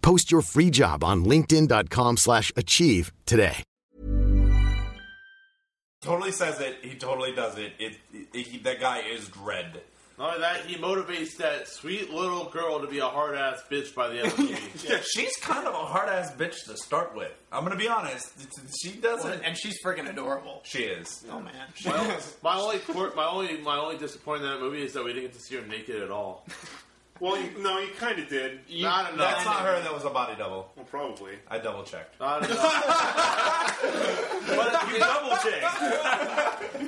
S19: Post your free job on linkedin.com/achieve slash achieve today.
S9: totally says it. He totally does it. It, it- he, that guy is Dread.
S3: Not only that, he motivates that sweet little girl to be a hard ass bitch by the end of the movie.
S10: (laughs)
S9: She's kind of a hard ass bitch to start with. I'm gonna be honest. It's- She doesn't.
S10: And she's freaking adorable.
S9: She is.
S10: Oh man.
S3: Well, my only quirk, my only my only disappointment in that movie is that we didn't get to see her naked at all.
S5: Well, you, no, you kind of did.
S3: Not enough.
S9: That's not her. That was a body double.
S5: Well, probably.
S9: I double checked.
S3: Not enough.
S5: But you double checked.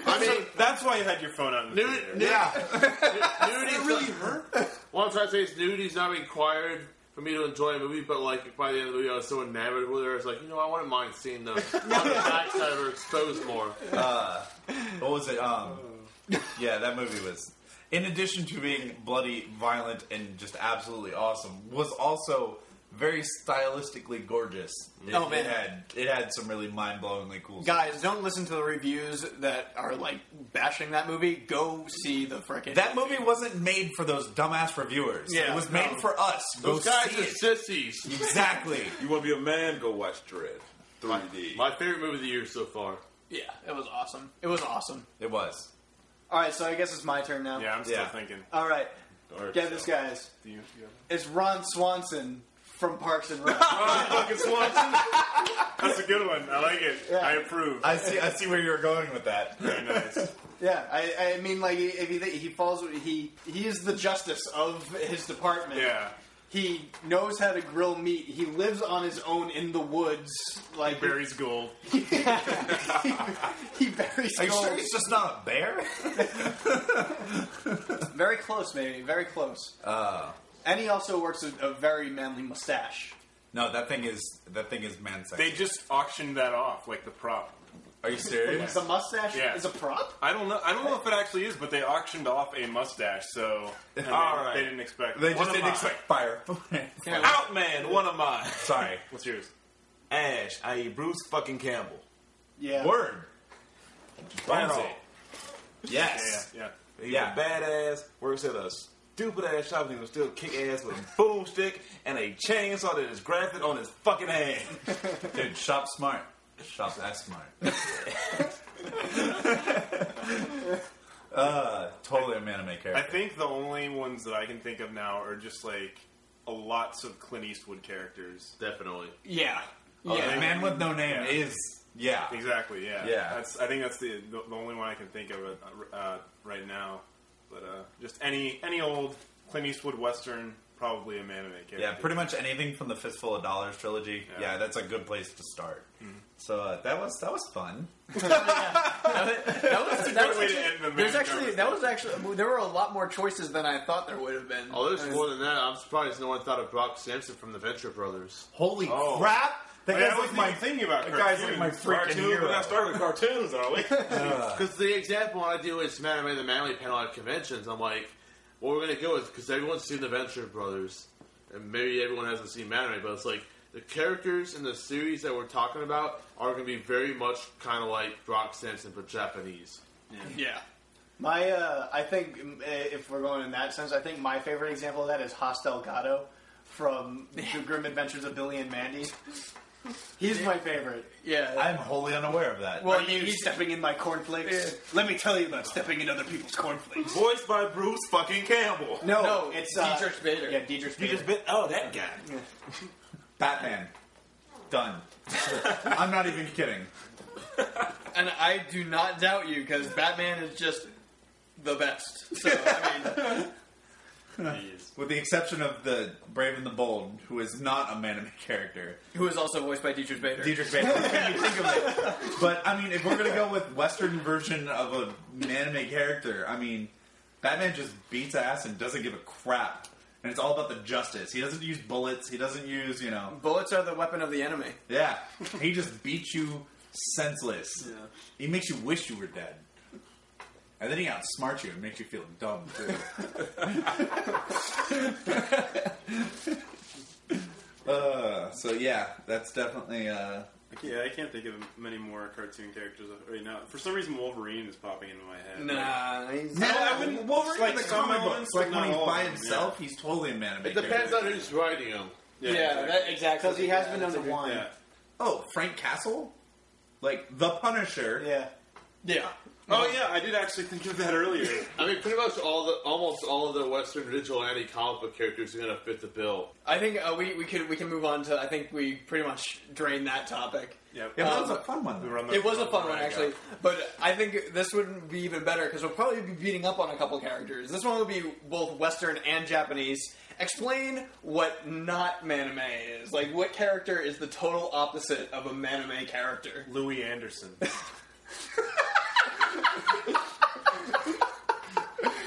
S3: I mean,
S5: That's why you had your phone out. in the
S3: Nude,
S5: theater.
S3: nude, (laughs) nudity really hurt. What I'm trying to say is nudity's not required for me to enjoy a movie, but like by the end of the movie, I was so enamored with her. I was like, you know, I wouldn't mind seeing (laughs) the, on the backside of her exposed more.
S9: What was it? Um, yeah, that movie was. In addition to being bloody, violent, and just absolutely awesome, was also very stylistically gorgeous. It,
S10: Oh, man.
S9: it had it had some really mind blowingly cool. stuff.
S10: Guys, don't listen to the reviews that are like bashing that movie. Go see the frickin'
S9: That movie wasn't made for those dumbass reviewers.
S10: Yeah,
S9: it was
S10: no.
S9: made for us.
S3: Those
S9: Go
S3: guys
S9: see
S3: are
S9: it.
S3: sissies.
S9: Exactly.
S20: You want to be a man? Go watch Dread 3D.
S3: My favorite movie of the year so far.
S10: Yeah, it was awesome. It was awesome.
S9: It was.
S8: all right so i guess it's my turn now
S5: Yeah, I'm still
S9: Yeah.
S5: thinking.
S8: all right
S5: Or
S8: get this
S5: so.
S8: guys
S5: Do you, you have-
S8: it's ron swanson from parks and (laughs) rec
S5: Fucking Swanson. That's a good one. I like it. I approve.
S9: I see. I see where you were going with that.
S5: Very nice.
S8: yeah i, I mean like if you think he falls he he is the justice of his department
S5: Yeah.
S8: he knows how to grill meat he lives on his own in the woods like
S5: Barry's
S8: (laughs)
S5: gold.
S9: (laughs)
S8: he buries
S9: Are you
S8: gold.
S9: sure he's just not a bear?
S8: Very close, maybe. Very close. Uh. and he also works a, a very manly mustache.
S9: (laughs) No, that thing is that thing is man sex.
S5: They just auctioned that off, like the prop.
S9: Are you serious?
S8: The mustache
S5: Yeah.
S8: is a prop?
S5: I don't know. I don't know if it actually is, but they auctioned off a mustache, so I mean,
S9: All right.
S5: they didn't expect.
S9: They
S5: One
S9: just
S5: of
S9: didn't
S5: mine.
S9: expect fire. (laughs)
S20: Out man, one of mine.
S9: Sorry.
S5: What's yours?
S20: Ash, i.e. Bruce fucking Campbell.
S8: Yeah.
S9: Word.
S20: Bones
S9: Wow.
S20: it.
S9: Yes.
S5: Yeah, yeah.
S20: He's
S9: Yeah.
S20: a badass, works at a stupid ass shop, and he can still kick ass with a boomstick and a chainsaw that is grafted on his fucking hand.
S9: (laughs) Dude, shop smart. Shop that smart. uh, totally a man character.
S5: I think the only ones that I can think of now are just like a lots of Clint Eastwood characters.
S3: Definitely.
S10: Yeah.
S9: Yeah,
S10: yeah.
S9: man with no name
S5: Yeah.
S9: is Yeah.
S5: Exactly. Yeah.
S9: Yeah.
S5: That's. I think that's the the, the only one I can think of uh, uh, right now. But uh, just any any old Clint Eastwood western, probably a man of character.
S9: Yeah, pretty much anything from the Fistful of Dollars trilogy. Yeah, that's a good place to start. So uh, that was that was fun.
S8: That
S9: (laughs)
S8: was,
S9: That's a
S8: that
S9: good
S8: was
S9: way to
S8: actually,
S9: end the
S8: there's
S9: main
S8: actually that was actually there were a lot more choices than I thought there would have been.
S3: Oh, there's
S8: I mean,
S3: more than that. I'm surprised no one thought of Brock Sampson from the Venture Brothers.
S9: Holy
S3: Oh.
S9: crap! That
S3: Like, I
S9: guy's
S3: wasn't
S9: like my
S3: even thinking about
S9: That guy's like
S3: cartoons.
S9: my freaking
S3: Cartoons,
S9: hero.
S3: we're not starting
S5: with cartoons, are we?
S3: (laughs) Because the example I do is Man Made the Manly panel at conventions. I'm like, what we're going to go with, because everyone's seen the Venture Brothers, and maybe everyone hasn't seen Man Made, but it's like, the characters in the series that we're talking about are going to be very much kind of like Brock Sampson, but Japanese.
S8: Yeah.
S10: My, uh, I think um, eh, if we're going in that sense, I think my favorite example of that is Hostel Gato from The Grim Adventures of Billy and Mandy. He's my favorite.
S8: Yeah,
S9: I'm wholly unaware of that.
S10: Well, you he's stepping in my cornflakes. Let me tell you about stepping in other people's cornflakes.
S5: Voiced by Bruce fucking Campbell.
S10: No, it's uh,
S8: Dietrich Bader.
S10: Yeah, Dietrich Bader.
S9: Dietrich Bader.
S5: Oh, that guy.
S9: Batman, done. (laughs) I'm not even kidding.
S8: And I do not doubt you because Batman is just the best. So
S10: (laughs)
S8: I mean,
S9: With the exception of the Brave and the Bold, who is not a man of character.
S8: who is also voiced by Dietrich Bader.
S9: Dietrich Bader. What can you think of it? But I mean, if we're gonna go with Western version of a anime character, I mean, Batman just beats ass and doesn't give a crap, and it's all about the justice. He doesn't use bullets. He doesn't use you know.
S8: Bullets are the weapon of the enemy.
S9: Yeah, he just beats you senseless. He makes you wish you were dead, and then he outsmarts you and makes you feel dumb too. uh, so yeah, that's definitely. Uh,
S5: I can't, I can't think of many more cartoon characters right now. For some reason, Wolverine is popping into my head.
S8: Nah,
S5: Like-
S9: No, I wouldn't. Wolverine
S5: like
S9: in the
S5: some
S9: comic books,
S5: elements,
S9: like
S5: but
S9: when
S5: not
S9: he's
S5: all
S9: by
S5: of them,
S9: himself,
S5: yeah.
S9: he's totally an anime.
S3: It depends
S9: character.
S3: on who's writing them.
S9: Yeah, Yeah, exactly. that- exactly.
S10: Because he has
S9: Yeah,
S10: been known
S9: that's
S10: to
S9: a good-
S10: whine.
S9: yeah. Oh, Frank Castle, like the Punisher.
S10: Yeah.
S8: Yeah.
S5: Oh yeah, I did actually think of that earlier.
S3: I mean, pretty much all the almost all of the Western vigilante comic book characters are going to fit the bill.
S8: I think uh, we we could we can move on to. I think we pretty much drained that topic.
S5: Yeah,
S9: but that was a fun one. though.
S8: It (laughs) was a fun one actually, but I think this would be even better because we'll probably be beating up on a couple characters. This one will be both Western and Japanese. Explain what not maname is. Like, what character is the total opposite of a maname character?
S5: Louis (laughs) Anderson.
S8: He's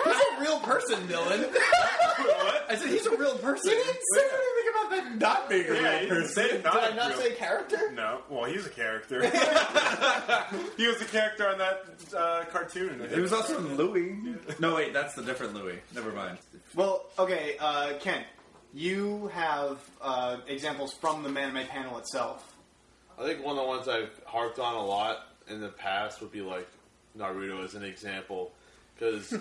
S8: a real person, Dylan. (laughs) I said he's a real person. You didn't
S9: say anything about that not being
S5: a real person.
S8: Did
S5: Not
S8: I
S5: a
S8: not
S5: real-
S8: say character?
S5: No, well, he's a character. he was a character on that uh, cartoon.
S9: He was also in Louis. No, wait, that's the different Louis. Never mind.
S10: Well, okay, uh, Ken, you have uh, examples from the Manime panel itself.
S3: I think one of the ones I've harped on a lot in the past would be like Naruto as an example, because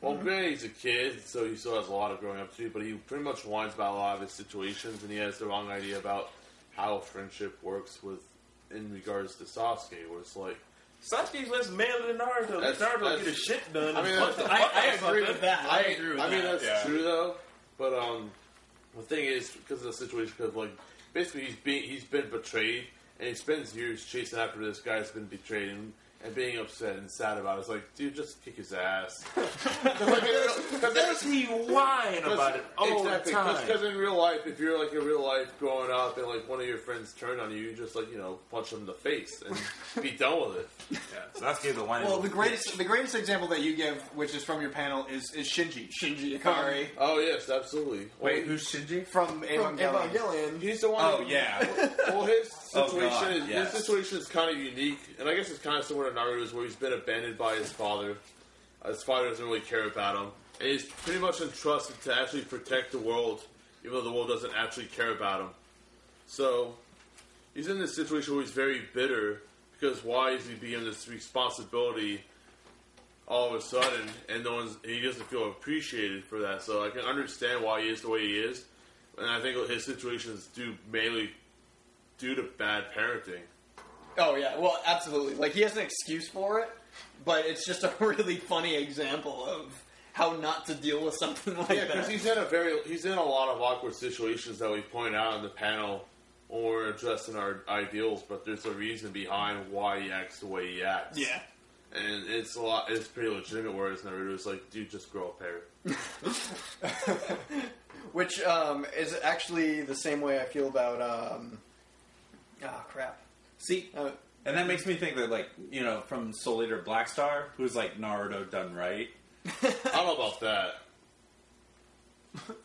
S3: well, granted he's a kid, so he still has a lot of growing up to do, but he pretty much whines about a lot of his situations, and he has the wrong idea about how friendship works with in regards to Sasuke, where it's like.
S5: Sasuke's less manly than Naruto. Naruto get his shit done.
S3: I mean, that's-
S5: What the fuck?
S3: I, I mean, that's
S5: Yeah.
S3: true though. But um, the thing is, because of the situation, because like basically he's being he's been betrayed, and he spends years chasing after this guy that's been betrayed and, and being upset and sad about it. It's like, dude, just kick his (laughs) ass.
S5: Does he whine about it all
S3: exactly,
S5: the time?
S3: Because in real life, if you're like in real life growing up and like one of your friends turned on you, you just like you know punch him in the face and be done with (laughs) it. Yeah,
S21: so that's getting the whining.
S10: Well, the greatest the greatest example that you give, which is from your panel, is, is Shinji.
S8: Shinji
S10: Ikari.
S3: Oh yes, absolutely.
S10: Wait,
S3: who's
S9: Shinji
S10: from Evangelion?
S3: He's the one.
S10: Oh,
S3: that-
S10: yeah.
S3: (laughs) Well, his
S10: Oh,
S3: situation
S10: God,
S3: is
S10: yes.
S3: his situation is kind of unique, and I guess it's kind of similar to Naruto's, where he's been abandoned by his father. Uh, His father doesn't really care about him, and he's pretty much entrusted to actually protect the world, even though the world doesn't actually care about him. So he's in this situation where he's very bitter because why is he being this responsibility all of a sudden, and no one's he doesn't feel appreciated for that. So I can understand why he is the way he is, and I think his situations due mainly due to bad parenting.
S8: Oh yeah, well, absolutely. Like he has an excuse for it, but it's just a (laughs) really funny example of how not to deal with something like
S3: yeah,
S8: that.
S3: because he's in a very he's in a lot of awkward situations that we point out in the panel or addressing our ideals, but there's a reason behind why he acts the way he acts.
S8: Yeah.
S3: And it's a lot. It's pretty legitimate. Whereas Naruto's like, dude, just grow a pair.
S10: Which um, is actually the same way I feel about. Um, oh crap!
S9: See, and that makes me think that, like, you know, from Soul Eater Black Star, who's like Naruto done right.
S3: I don't know about that.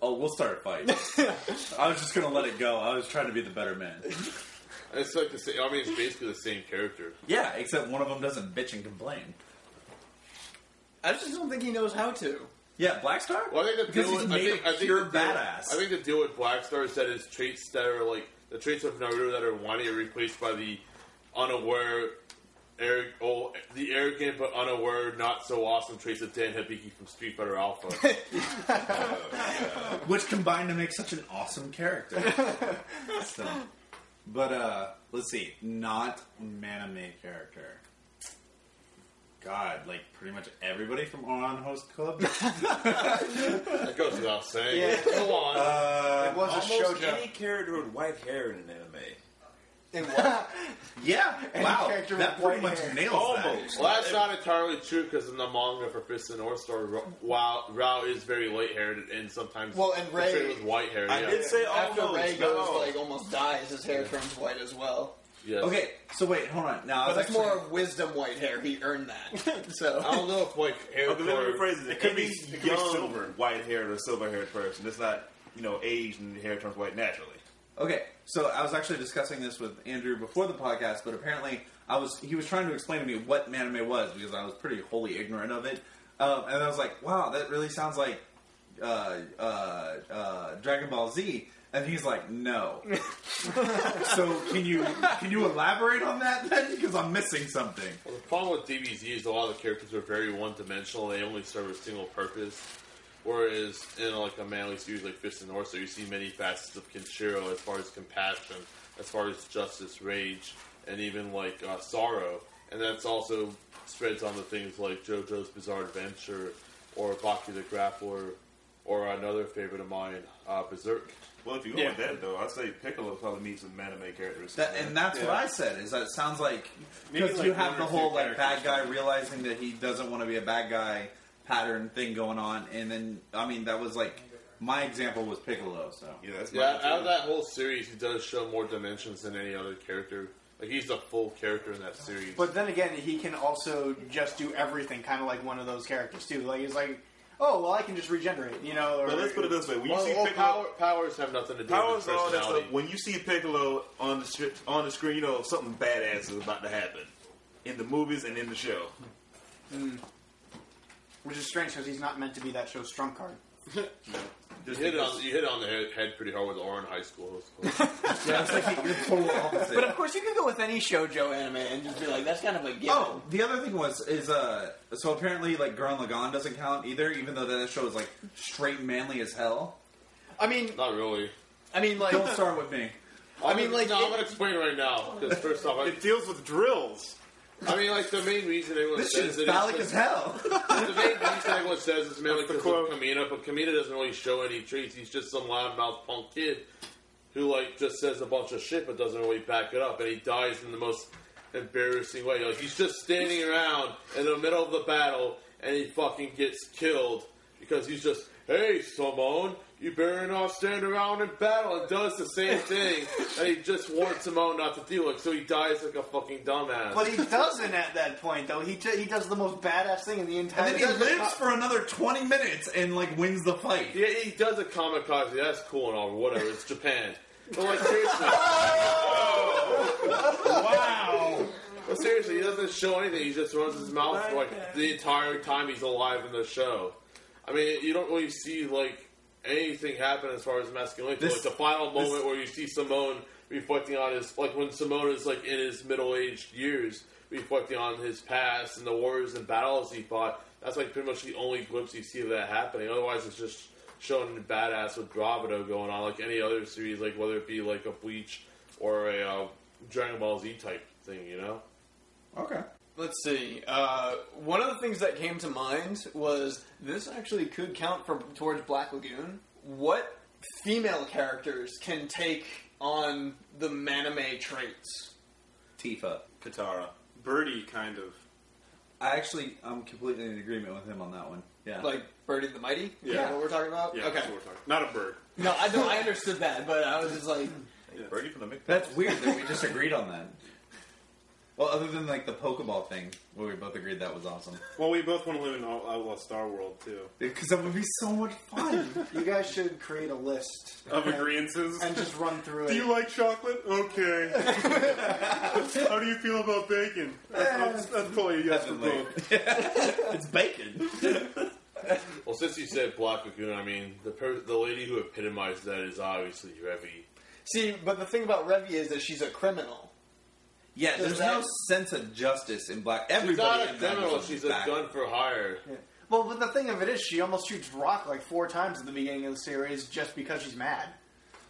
S9: Oh, we'll start a fight. I was just gonna let it go. I was trying to be the better man.
S3: It's like the same. I mean, it's basically the same character.
S9: Yeah, except one of them doesn't bitch and complain.
S10: I just don't think he knows how to.
S9: Yeah, Black Star.
S3: Well, I think the
S9: because
S3: deal
S9: he's
S3: with, I
S9: made
S3: think, I
S9: of
S3: think
S9: pure
S3: the deal-
S9: badass.
S3: I think the deal with Black Star is that his traits that are like the traits of Naruto that are whiny are replaced by the unaware, arrog- oh, the arrogant but unaware, not so awesome traits of Dan Hibiki from Street Fighter
S9: (laughs)
S3: Alpha.
S9: which combined to make such an
S3: (laughs)
S9: awesome character. so, but uh, let's see, not anime character. God, like pretty much everybody from Oran Host
S3: (laughs)
S9: Club.
S3: that goes without saying. Go on.
S9: Uh,
S22: it was a
S9: almost
S22: shoujo. any character with white hair in an anime.
S10: In what?
S9: (laughs) yeah.
S22: Any
S3: wow,
S22: character that with pretty white much hair. nails that.
S3: Almost. Well, that's not entirely true because in the manga for Fist of the North Star, Ra- Rao, Rao is very light-haired and sometimes
S10: Well, and Ray-
S3: portrayed with white hair. yeah.
S9: "Oh,
S10: after Ray goes
S3: No.
S10: like almost dies, his hair turns white as well.
S3: Yes.
S9: Okay, so wait, hold on. Now, I
S10: but
S9: was
S10: that's
S9: actually-
S10: more of wisdom white hair. He
S9: (laughs)
S10: earned that. so
S3: I don't know if like hair.
S5: Okay, let me rephrase it. It could be
S10: It could be
S5: young,
S10: silver.
S5: white-haired or silver-haired person. It's not you know aged and the hair turns white naturally.
S9: Okay, so I was actually discussing this with Andrew before the podcast, but apparently I was he was trying to explain to me what manime was because I was pretty wholly ignorant of it, um, and I was like, "Wow, that really sounds like uh, uh, uh, Dragon Ball Z." And he's like, "No." so can you can you elaborate on that then? Because I'm missing something.
S3: Well, the problem with DBZ is a lot of the characters are very one-dimensional. They only serve a single purpose. Whereas in like a manly series like Fist and North, Star, you see many facets of Kinshiro as far as compassion, as far as justice, rage, and even like uh, sorrow. And that's also spreads onto things like JoJo's Bizarre Adventure or Baki the Grappler, or another favorite of mine, uh, Berserk.
S5: Well, if you go with that though, I'd say Piccolo probably meets some anime characters.
S9: That, and that's
S5: Yeah.
S9: what I said. Is that it sounds like
S5: Maybe
S9: because
S5: like
S9: you
S5: one
S9: have the
S5: or two
S9: whole like bad
S5: characters.
S9: guy realizing that he doesn't want to be a bad guy pattern thing going on, and then I mean that was like my example was Piccolo. So
S5: yeah, that's
S3: Yeah, out of that whole series, he does show more dimensions than any other character. Like he's a full character in that series.
S10: But then again, he can also just do everything, kind of like one of those characters too. Like he's like, oh well, I can just regenerate, you know. Or,
S5: But let's put it this way: when you
S3: Well,
S5: see
S3: well,
S5: Piccolo,
S3: power- powers have nothing to do
S5: powers
S3: with
S5: and all that
S3: personality.
S5: stuff. When you see Piccolo on the stri- on the screen, you know something badass is about to happen in the movies and in the show.
S10: Mm. Which is strange because he's not meant to be that show's trump card.
S3: You hit, it on, you hit it on the head, head pretty hard with Orin High School.
S5: uh,
S8: But of course, you can go with any shoujo anime and just be like, that's kind of a given.
S9: Oh, the other thing was is uh so apparently like Gurren Lagann doesn't count either, even though that show is like straight manly as hell.
S10: I mean,
S3: not really.
S10: I mean, like
S9: don't start
S5: (laughs)
S9: with me.
S3: I mean, like, no, I'm gonna explain right now. Because first off, it
S5: deals with drills.
S3: I mean, like the main reason everyone
S9: This shit
S3: says
S9: is
S3: it
S9: phallic
S3: like-
S5: (laughs)
S9: as hell.
S3: the main reason everyone says it's mainly because of Kamina, but Kamina doesn't really show any traits. He's just some loudmouth punk kid who like just says a bunch of shit but doesn't really back it up, and he dies in the most embarrassing way. Like he's just standing around in the middle of the battle, and he fucking gets killed because he's just, hey, Simone. You better not stand around in battle and does the same thing and he just warned Simone not to do it, so he dies like a fucking dumbass.
S10: But he doesn't at that point though. He t- he does the most badass thing in the entire.
S9: And then he lives for another twenty minutes and like wins the fight.
S3: Yeah, he does a kamikaze. That's cool and all, or whatever. It's Japan. But like seriously,
S23: Wow.
S3: but seriously, he doesn't show anything. He just runs his mouth for like the entire time he's alive in the show. I mean, you don't really see like anything happen as far as masculinity.
S9: This-
S3: like the final
S9: this-
S3: moment where you see Simone reflecting on his like when Simone is like in his middle aged years, reflecting on his past and the wars and battles he fought. That's like pretty much the only glimpse you see of that happening. Otherwise, it's just showing badass with Bravado going on, like any other series, like whether it be like a Bleach or a uh, Dragon Ball Z type thing, you know.
S9: Okay.
S8: Let's see. Uh, one of the things that came to mind was this actually could count for towards Black Lagoon. What female characters can take on the manime traits?
S9: Tifa, Katara,
S24: Birdie, kind of.
S9: I actually, I'm completely in agreement with him on that one. Yeah,
S8: Like Birdie the Mighty? Is
S9: Yeah.
S8: that what we're talking about?
S9: Yeah,
S8: okay.
S9: that's what
S24: we're talking- Not a bird.
S8: No, I know I understood that, but I was just like
S24: Birdie from the
S9: that's weird that we just agreed on that. Well, other than like the Pokeball thing, where we both agreed that was awesome.
S24: Well, we both want to live in Out- Outlaw Star World too.
S9: Because that would be so much fun.
S25: you guys should create a list
S24: Of agreeances?
S25: and just run through it.
S24: Do you like chocolate?
S3: (laughs)
S24: Okay. How do you feel about bacon? That's, that's, that's probably a yes for both.
S9: (laughs) it's bacon.
S3: (laughs) Well, since you said Black Lagoon, I mean, the per- the lady who epitomized that is obviously Revy.
S8: See, but the thing about Revy is that she's a criminal.
S9: (laughs) Yeah,
S8: Does
S9: there's no
S8: that-
S9: sense of justice in black.
S3: She's
S9: Everybody
S3: not a
S9: in Black
S3: criminal.
S9: is
S3: She's a
S9: bad.
S3: gun for hire.
S25: Well, but the thing of it is, she almost shoots Rock like four times at the beginning of the series just because she's mad.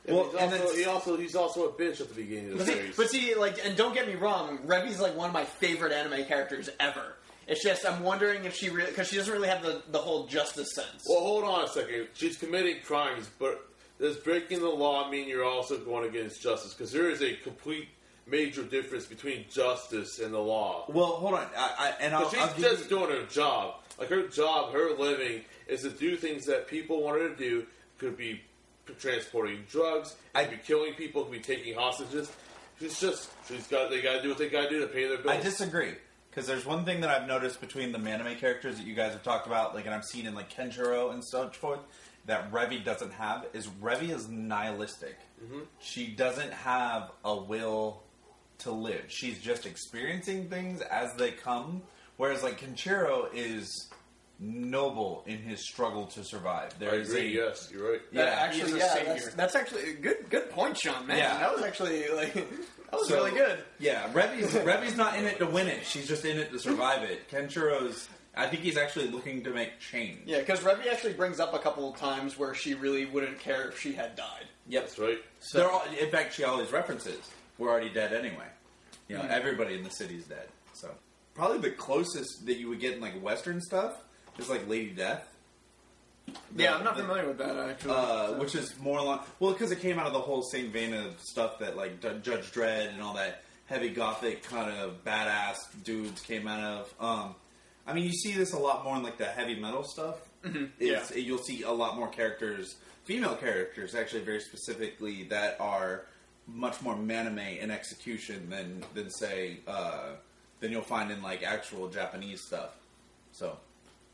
S3: Well, he's also, he also he's also a bitch at the beginning of the
S8: But see,
S3: series.
S8: but see, like, and don't get me wrong, Revy's like one of my favorite anime characters ever. It's just I'm wondering if she really because she doesn't really have the, the whole justice sense.
S3: Well, hold on a second. She's committing crimes, but does breaking the law mean you're also going against justice? Because there is a complete major difference between justice and the law.
S9: Well, hold on, I, I, and I'll,
S3: But she's
S9: I'll give you-
S3: just doing her job. Like her job, her living is to do things that people want her to do. Could be p- transporting drugs. Could be killing people. Could be taking hostages. She's just she's got they got to do what they got to do to pay their bills.
S9: I disagree because there's one thing that I've noticed between the anime characters that you guys have talked about, like, and I've seen in like Kenjiro and so forth, that Revi doesn't have is Revi is nihilistic.
S3: Mm-hmm.
S9: She doesn't have a will to live. She's just experiencing things as they come. Whereas like Kenjiro is noble in his struggle to survive. There
S3: I
S9: is
S3: agree.
S9: a
S3: yes, you're right.
S9: Yeah.
S8: actually, yeah, that's, that's actually a good good point, Sean. Man,
S9: Yeah.
S8: that was actually like that was
S9: So-
S8: really good.
S9: Yeah, Revy's Revy's not in it to win it. She's just in it to survive it. Kenchiro's, I think he's actually looking to make change.
S8: Yeah, because Revy actually brings up a couple of times where she really wouldn't care if she had died.
S9: Yep,
S3: that's right.
S9: So They're all, in fact, she always references we're already dead anyway. You know,
S8: Mhm.
S9: everybody in the city's dead. So probably the closest that you would get in like Western stuff is like Lady Death.
S8: Yeah, I'm not
S9: the-
S8: familiar with that actually.
S9: uh,
S8: So-
S9: which is more along well because it came out of the whole same vein of stuff that like D- Judge Dredd and all that heavy gothic kind of badass dudes came out of. Um, I mean, you see this a lot more in like the heavy metal stuff.
S8: Mhm.
S9: It's, You'll see a lot more characters, female characters, actually very specifically that are much more manime in execution than than say uh, than you'll find in like actual Japanese stuff. So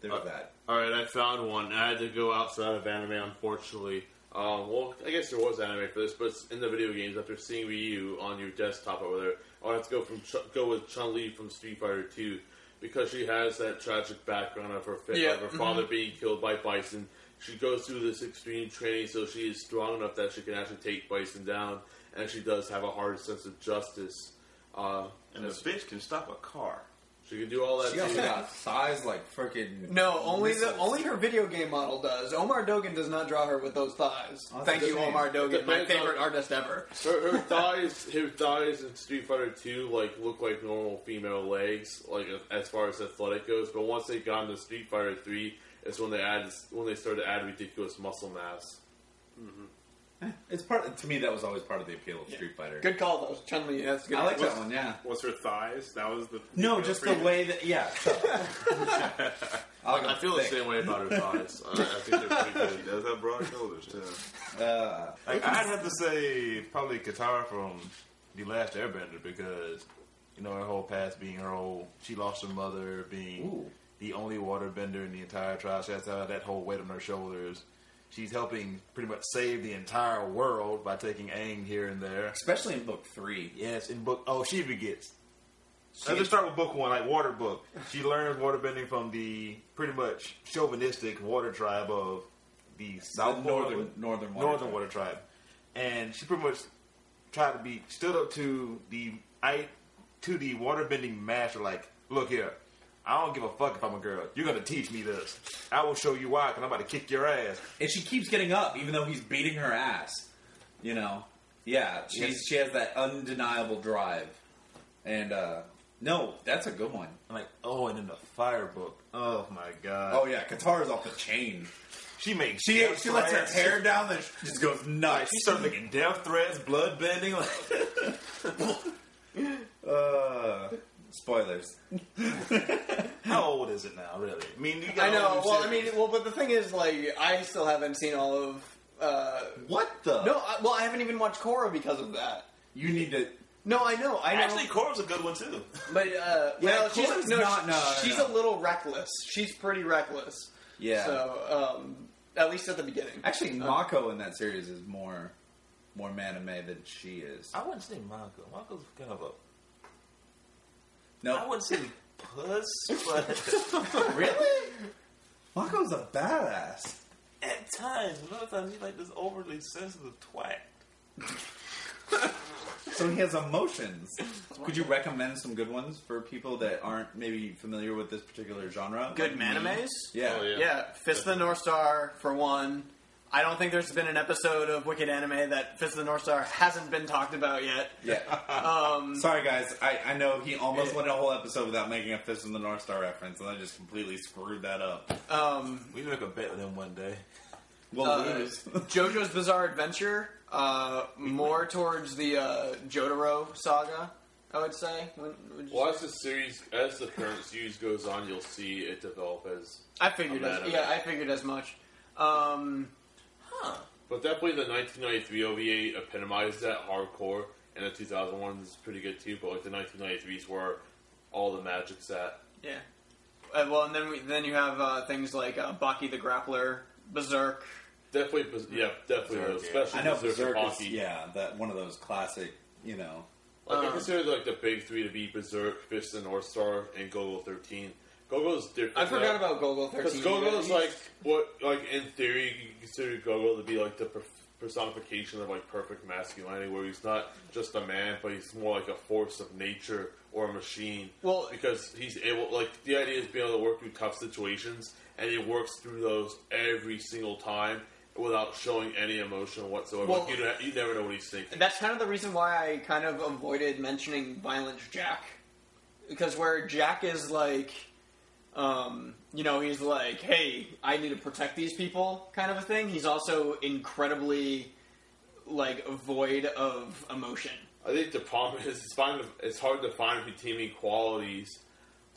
S9: there's
S8: Uh,
S9: that.
S3: All right, I found one. I had to go outside of anime, unfortunately. Um, well, I guess there was anime for this, but it's in the video games. After seeing Ryu on your desktop over there, I have to go from Ch- go with Chun Li from Street Fighter Two because she has that tragic background of her fa-
S8: Yeah,
S3: of her father
S8: mhm.
S3: being killed by Bison. She goes through this extreme training, so she is strong enough that she can actually take Bison down, and she does have a hard sense of justice. Uh, and this bitch can stop a car. She can do all that.
S9: She also
S3: too.
S9: got thighs like freaking
S8: No, only the
S9: missiles.
S8: only her video game model does. Omar Dogan does not draw her with those thighs. Thank you, Omar Dogan, my
S3: Depends on-
S8: favorite artist ever.
S3: Her, her thighs, her thighs in Street Fighter Two, like look like normal female legs, like as far as athletic goes. But once they got into Street Fighter Three, it's when they add when they started to add ridiculous muscle mass.
S9: It's part to me that was always part of the appeal of Street Fighter.
S8: Good call though, Chun Li. That's a good.
S9: I like
S8: one.
S9: that one. Yeah.
S24: Was her thighs? That was the
S9: No, just the way that. Yeah.
S8: (laughs)
S3: I feel the same way about her thighs. I, I think they're pretty good.
S5: She does have broad shoulders too.
S9: Uh,
S5: like, I'd have to say probably Katara from the Last Airbender because you know her whole past being her whole she lost her mother being the only waterbender in the entire tribe. She has to have that whole weight on her shoulders. She's helping pretty much save the entire world by taking Aang here and there,
S9: especially in book three.
S5: Yes, in book oh she begets.
S9: She-
S5: Let's just start with book one, like water book. She learns waterbending from the pretty much chauvinistic water tribe of the south
S9: northern- northern water
S5: northern
S9: tribe.
S5: water tribe, and she pretty much tried to be stood up to the I to the waterbending master. Like, look here, I don't give a fuck if I'm a girl. You're gonna teach me this. I will show you why, because I'm about to kick your ass.
S9: And she keeps getting up, even though he's beating her ass. You know. Yeah. She's she has that undeniable drive. And uh no, that's a good one.
S5: I'm like, oh, and then the fire book. Oh my god.
S9: Oh yeah, Katara's off the chain.
S10: She makes.
S9: She-
S10: death
S9: she lets her
S10: threats.
S9: hair down and she just goes nuts.
S10: Like, she starts making death threats, blood bending.
S9: (laughs) Uh, spoilers.
S10: How old is it now, really? I mean, you
S8: I
S10: got all
S8: know.
S10: them
S8: Well, I
S10: series.
S8: mean, well, but the thing is, like, I still haven't seen all of. Uh,
S9: what the?
S8: No, I, well, I haven't even watched Korra because of that.
S9: You need to.
S8: No, I know. I know.
S3: Actually, Korra's a good one too.
S8: But uh,
S3: Yeah,
S8: well, she's
S3: Korra's
S8: no,
S3: not-
S8: she-
S3: no, no,
S8: she's
S3: no.
S8: a little reckless. She's pretty reckless.
S9: Yeah.
S8: So, um, at least at the beginning.
S9: Actually,
S8: Um,
S9: Mako in that series is more more anime than she is.
S10: I wouldn't say Mako. Mako's kind of a.
S9: No,
S10: I wouldn't say puss,
S9: (laughs)
S10: but
S9: really, Mako's a badass.
S10: at times, but other times he's like this overly sensitive twat.
S9: So he has emotions. Could you recommend some good ones for people that aren't maybe familiar with this particular genre?
S8: Good
S9: Like me?
S8: manimes?
S9: Yeah.
S8: yeah. Fist of the North Star, for one. I don't think there's been an episode of Wicked Anime that Fist of the North Star hasn't been talked about yet.
S9: Yeah. Sorry, guys. I, I know he almost went a whole episode without making a Fist in the North Star reference, and I just completely screwed that up.
S8: Um,
S10: we make a bet with him one day.
S9: We'll
S8: Uh,
S9: lose.
S8: JoJo's Bizarre Adventure, uh, more towards the uh, Jotaro saga, I would say. Would- would you
S3: Well,
S8: say?
S3: as the series, as the current series goes on, you'll see it develop as.
S8: I figured,
S3: a
S8: as,
S3: anime.
S8: yeah, I figured as much. Um,
S3: But definitely the 1993 OVA epitomized that hardcore, and the 2001 is pretty good too. But like the 1993s were all the magic's at.
S8: yeah. Uh, well, and then we, then you have uh, things like uh, Baki the Grappler, Berserk.
S3: Definitely, Bes- yeah, definitely those, especially
S9: (laughs) I know
S3: Berserk
S9: Berserk
S3: and
S9: is,
S3: Baki.
S9: yeah, that one of those classic, you know.
S3: Like I
S9: Um,
S3: consider like the big three to be Berserk, Fist and North Star, and Gogo thirteen. Gogo's different.
S8: I forgot about Gogo 13.
S3: Because Gogo's
S8: Yeah,
S3: like what like in theory you could consider Gogo to be like the per- personification of like perfect masculinity where he's not just a man but he's more like a force of nature or a machine.
S8: Well
S3: because he's able like the idea is being able to work through tough situations and he works through those every single time without showing any emotion whatsoever.
S8: Well-
S3: like, you, don't- you never know what he's thinking.
S8: That's kind of the reason why I kind of avoided mentioning Violent Jack. Because where Jack is like, um, you know, he's like, hey, I need to protect these people kind of a thing, he's also incredibly, like, void of emotion.
S3: I think the problem is it's, find, it's hard to find redeeming E qualities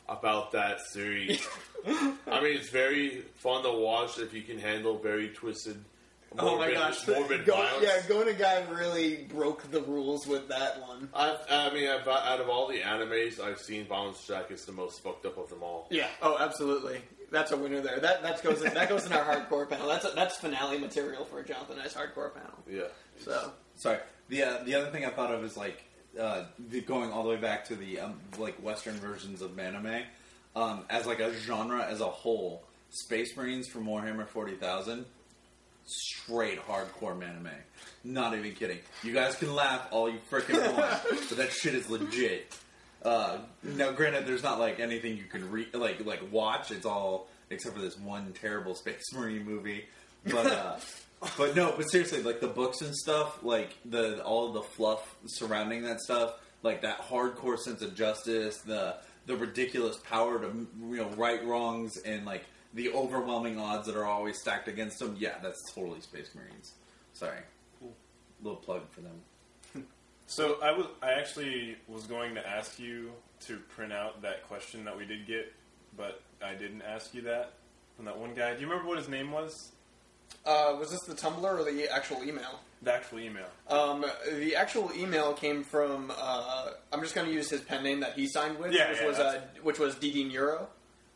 S3: about that
S8: (laughs)
S3: series. I mean, it's very fun to watch if you can handle very twisted, morbid,
S8: oh my gosh. (laughs)
S3: morbid
S8: Go-
S3: violence.
S8: yeah, Gona Guy really broke the rules with that one.
S3: I've, I mean, I've, out of all the animes I've seen, Violence Jack is the most fucked up of them all.
S8: Yeah. Oh, absolutely. That's a winner there. That that goes in, that goes in (laughs) our hardcore panel. That's that's finale material for a Jonathan Ice hardcore panel.
S3: Yeah.
S8: So
S9: Sorry. The uh, the other thing I thought of is like uh, the, going all the way back to the um, like Western versions of anime um, as like a genre as a whole. Space Marines from Warhammer Forty Thousand, straight hardcore anime. Not even kidding. You guys can laugh all you freaking want, but that shit is legit. Uh, now, granted, there's not like anything you can re- like like watch. It's all except for this one terrible Space (laughs) Marine movie. But uh, but no, but seriously, like the books and stuff, like the all the fluff surrounding that stuff, like that hardcore sense of justice, the the ridiculous power to you know right wrongs and like the overwhelming odds that are always stacked against them. Yeah, that's totally Space Marines. Sorry, little plug for them.
S5: (laughs) So I was I actually was going to ask you to print out that question that we did get, but I didn't ask you that from that one guy. Do you remember what his name was?
S8: Uh, was this the Tumblr or the actual email?
S5: The actual email.
S8: Um, the actual email came from. Uh, I'm just going to use his pen name that he signed with,
S5: Yeah,
S8: which
S5: yeah,
S8: was uh,
S5: that's-
S8: which was DD Neuro.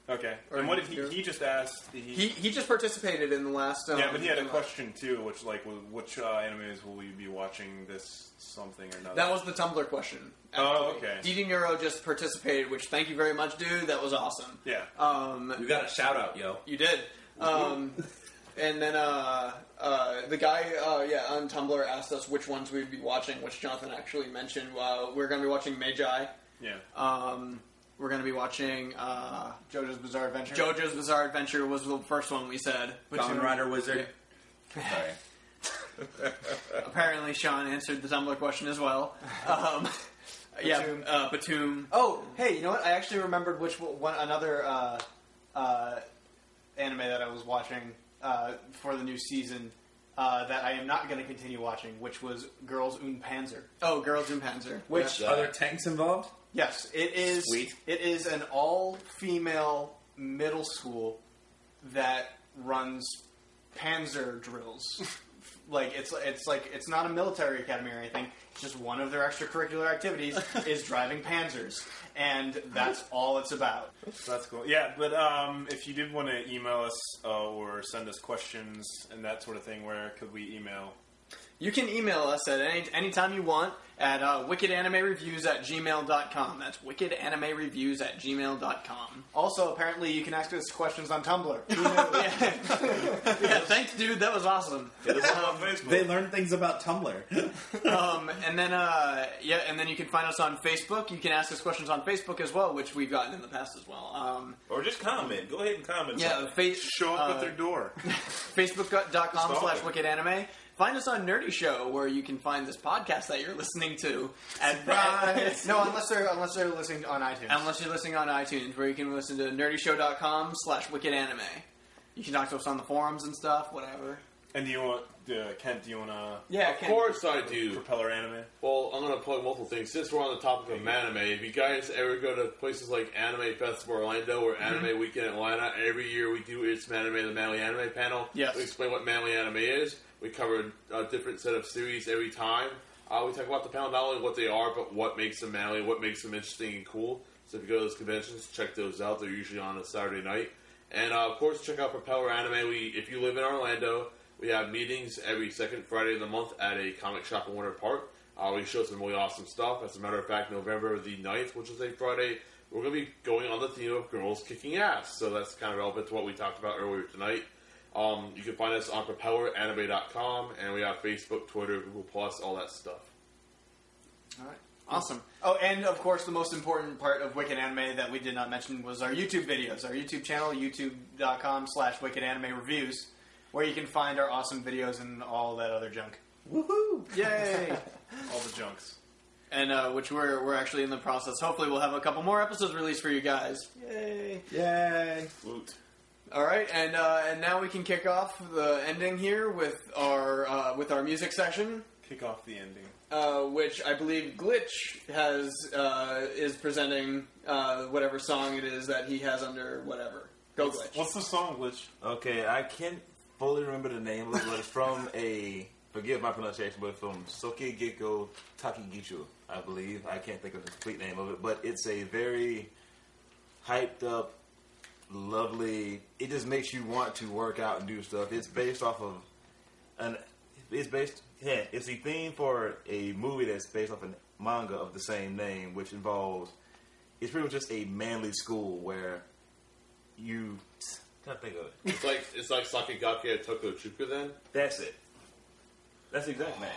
S5: Okay.
S8: Or
S5: and what did he?
S8: Nero.
S5: He just asked. He,
S8: He he just participated in the last. Um,
S5: yeah, but he had a
S8: uh,
S5: question too, which like, w- which uh, animes will we be watching this something or another?
S8: That was the Tumblr question.
S5: Oh,
S8: actually.
S5: okay.
S8: DD Neuro just participated, which thank you very much, dude. That was awesome.
S5: Yeah.
S10: Uh,
S8: Um,
S9: you got a shout out, yo.
S8: You did. Um, and then uh, uh, the guy, uh, yeah, on Tumblr asked us which ones we'd be watching, which Jonathan actually mentioned. Uh, we're going to be watching Magi.
S5: Yeah.
S8: Um, we're going to be watching uh,
S26: JoJo's Bizarre Adventure.
S8: JoJo's Bizarre Adventure was the first one we said.
S9: Kamen Rider Wizard. Sorry.
S8: Apparently, Sean answered the Tumblr question
S7: (laughs)
S8: as well. Um, yeah,
S26: Batum.
S8: uh, Batum.
S26: Oh, hey, you know what? I actually remembered which one another uh, uh, anime that I was watching
S10: uh, for the new season uh, that I am not going to continue watching, which was Girls und Panzer. Oh, Girls und Panzer. Which
S7: are there tanks involved?
S10: Yes, it is.
S7: Sweet.
S10: It is an all-female middle school that runs
S7: (laughs)
S10: panzer drills. like it's it's like it's not a military academy or anything. It's just one of their extracurricular activities is driving panzers, and that's all it's about.
S5: That's cool. Yeah, but um, if you did want to email us uh, or send us questions and that sort of thing, where could we email?
S8: You can email us at any anytime you want at uh, wickedanimereviews at gmail.com. That's wickedanimereviews at gmail.com.
S10: Also, apparently, you can ask us questions on Tumblr.
S8: (laughs) Yeah, thanks, dude. That was awesome.
S7: They learn things about Tumblr.
S8: um, and then uh, yeah, and then you can find us on Facebook. You can ask us questions on Facebook as well, which we've gotten in the past as well. Um,
S27: Or just comment. Go ahead and comment.
S8: yeah,
S27: something.
S8: fa-
S27: Show up
S8: uh,
S27: at their door.
S8: Facebook.com
S27: Stop
S8: slash
S27: it.
S8: Wicked Anime. Find us on Nerdy Show, where you can find this podcast that you're listening to. At, at- (laughs)
S10: no, unless they're unless they're listening on iTunes.
S8: unless you're listening on iTunes, where you can listen to nerdyshow.com slash Wicked Anime. You can talk to us on the forums and stuff, whatever.
S5: (laughs) And do you want uh, Kent? Do you want to?
S8: Yeah,
S3: of course I do.
S5: Propeller anime.
S3: Well, I'm gonna plug multiple things. Since we're on the topic of anime, if you guys ever go to places like Anime Festival Orlando or Anime Weekend Atlanta, every year we do It's Manime, the Manly Anime panel.
S11: Yes.
S3: We explain what Manly Anime is. We cover a different set of series every time. Uh, we talk about the panel, not only what they are, but what makes them manly, what makes them interesting and cool. So if you go to those conventions, check those out. They're usually on a Saturday night. And uh, of course, check out Propeller Anime. We, if you live in Orlando, we have meetings every second Friday of the month at a comic shop in Winter Park. Uh, we show some really awesome stuff. As a matter of fact, November the 9th, which is a Friday, we're going to be going on the theme of girls kicking ass. So that's kind of relevant to what we talked about earlier tonight. Um, you can find us on propelleranime.com, and we have Facebook, Twitter, Google Plus, all that stuff.
S10: All right. Awesome. Oh, and of course, the most important part of Wicked Anime that we did not mention was our YouTube videos. Our YouTube channel, youtube.com slash Wicked Anime Reviews, where you can find our awesome videos and all that other junk.
S8: Woohoo!
S10: (laughs)
S8: Yay!
S5: All the junks.
S8: and uh, which we're we're actually in the process. Hopefully, we'll have a couple more episodes released for you guys. Yay!
S7: Yay!
S8: All right, and uh, and now we can kick off the ending here with our uh, with our music section,
S5: Kick off the ending.
S8: uh, which I believe Glitch has uh, is presenting uh, whatever song it is that he has under whatever. Go
S5: What's-
S8: Glitch.
S5: What's the song, Glitch?
S12: Okay, I can't fully remember the name of it, but it's from a forgive my pronunciation, but from Soke Geko Takigicho, I believe. I can't think of the complete name of it, but it's a very hyped up, lovely. It just makes you want to work out and do stuff. It's based off of an. It's based. Yeah, it's the theme for a movie that's based off a manga of the same name, which involves. It's pretty much just a manly school where you. Can't think of it.
S3: It's like (laughs) it's like Sakigake Tokuchuka then?
S12: That's it. That's the exact name.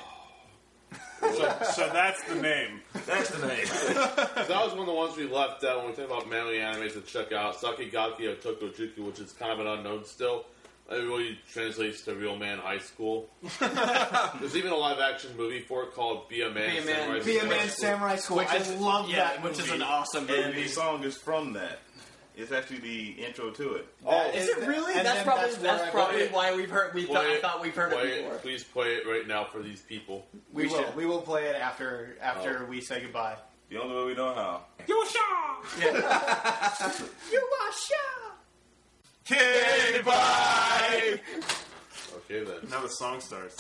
S5: so, so that's the name.
S12: That's the name.
S3: so that was one of the ones we left out when we talked about manly animes to check out. Sakigaki of Tokujuku, which is kind of an unknown still. It really translates to Real Man High School.
S8: (laughs)
S3: There's even a live action movie for it called Be a Man,
S8: Be a Man-
S3: Samurai
S8: Be a
S3: School.
S8: Man Samurai School. Which I is- love yeah, that which is an awesome
S12: And
S8: movie.
S12: the song is from that. It's actually the intro to it.
S8: That is- Is it really? and That's then probably- that's where that's I got probably it. why we've heard- we thought- I thought we've heard it
S3: play
S8: before.
S3: Please play it right now for these people.
S10: We, will. We will play it after after
S12: Oh.
S10: we say goodbye.
S12: The only way we know how.
S10: You are sure.
S5: Okay, bye.
S3: Okay then.
S5: Now the song starts.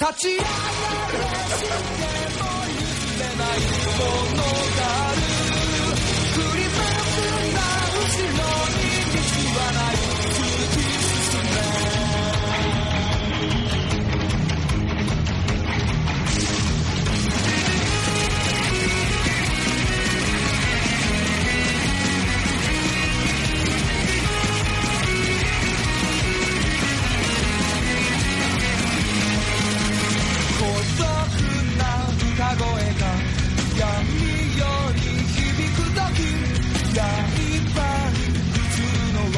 S28: 孤独な歌声が闇より響くときライバル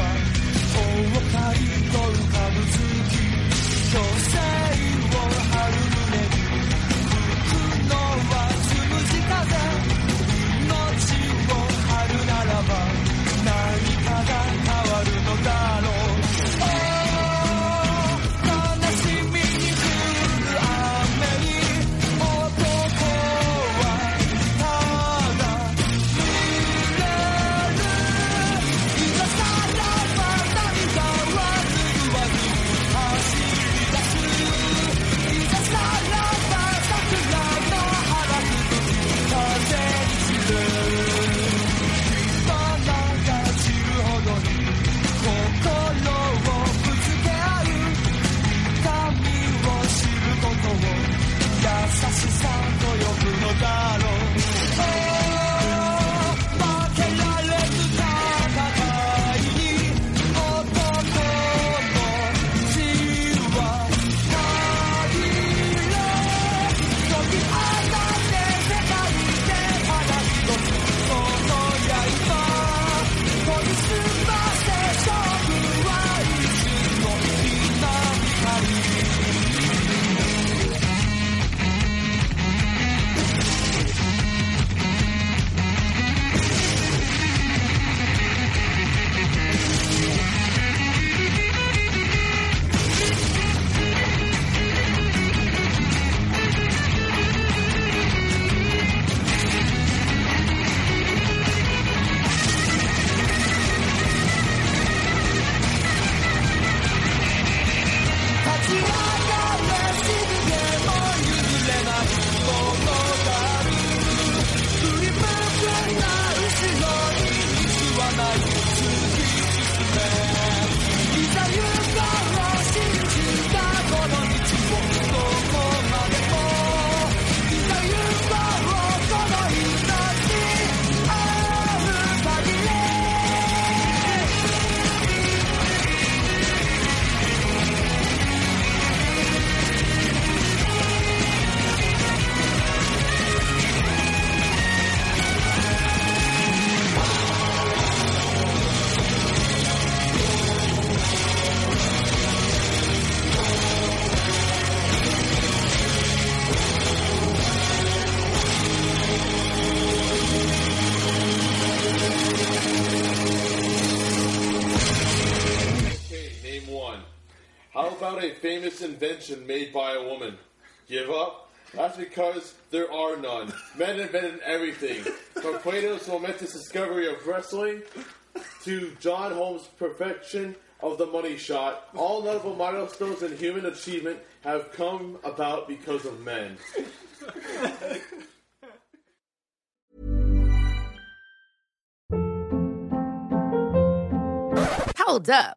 S3: Okay, name one. How about a famous invention made by a woman? Give up? That's because there are none. Men invented everything. From Plato's momentous discovery of wrestling to John Holmes' perfection of the money shot, all notable milestones in human achievement have come about because of men.
S18: Hold up.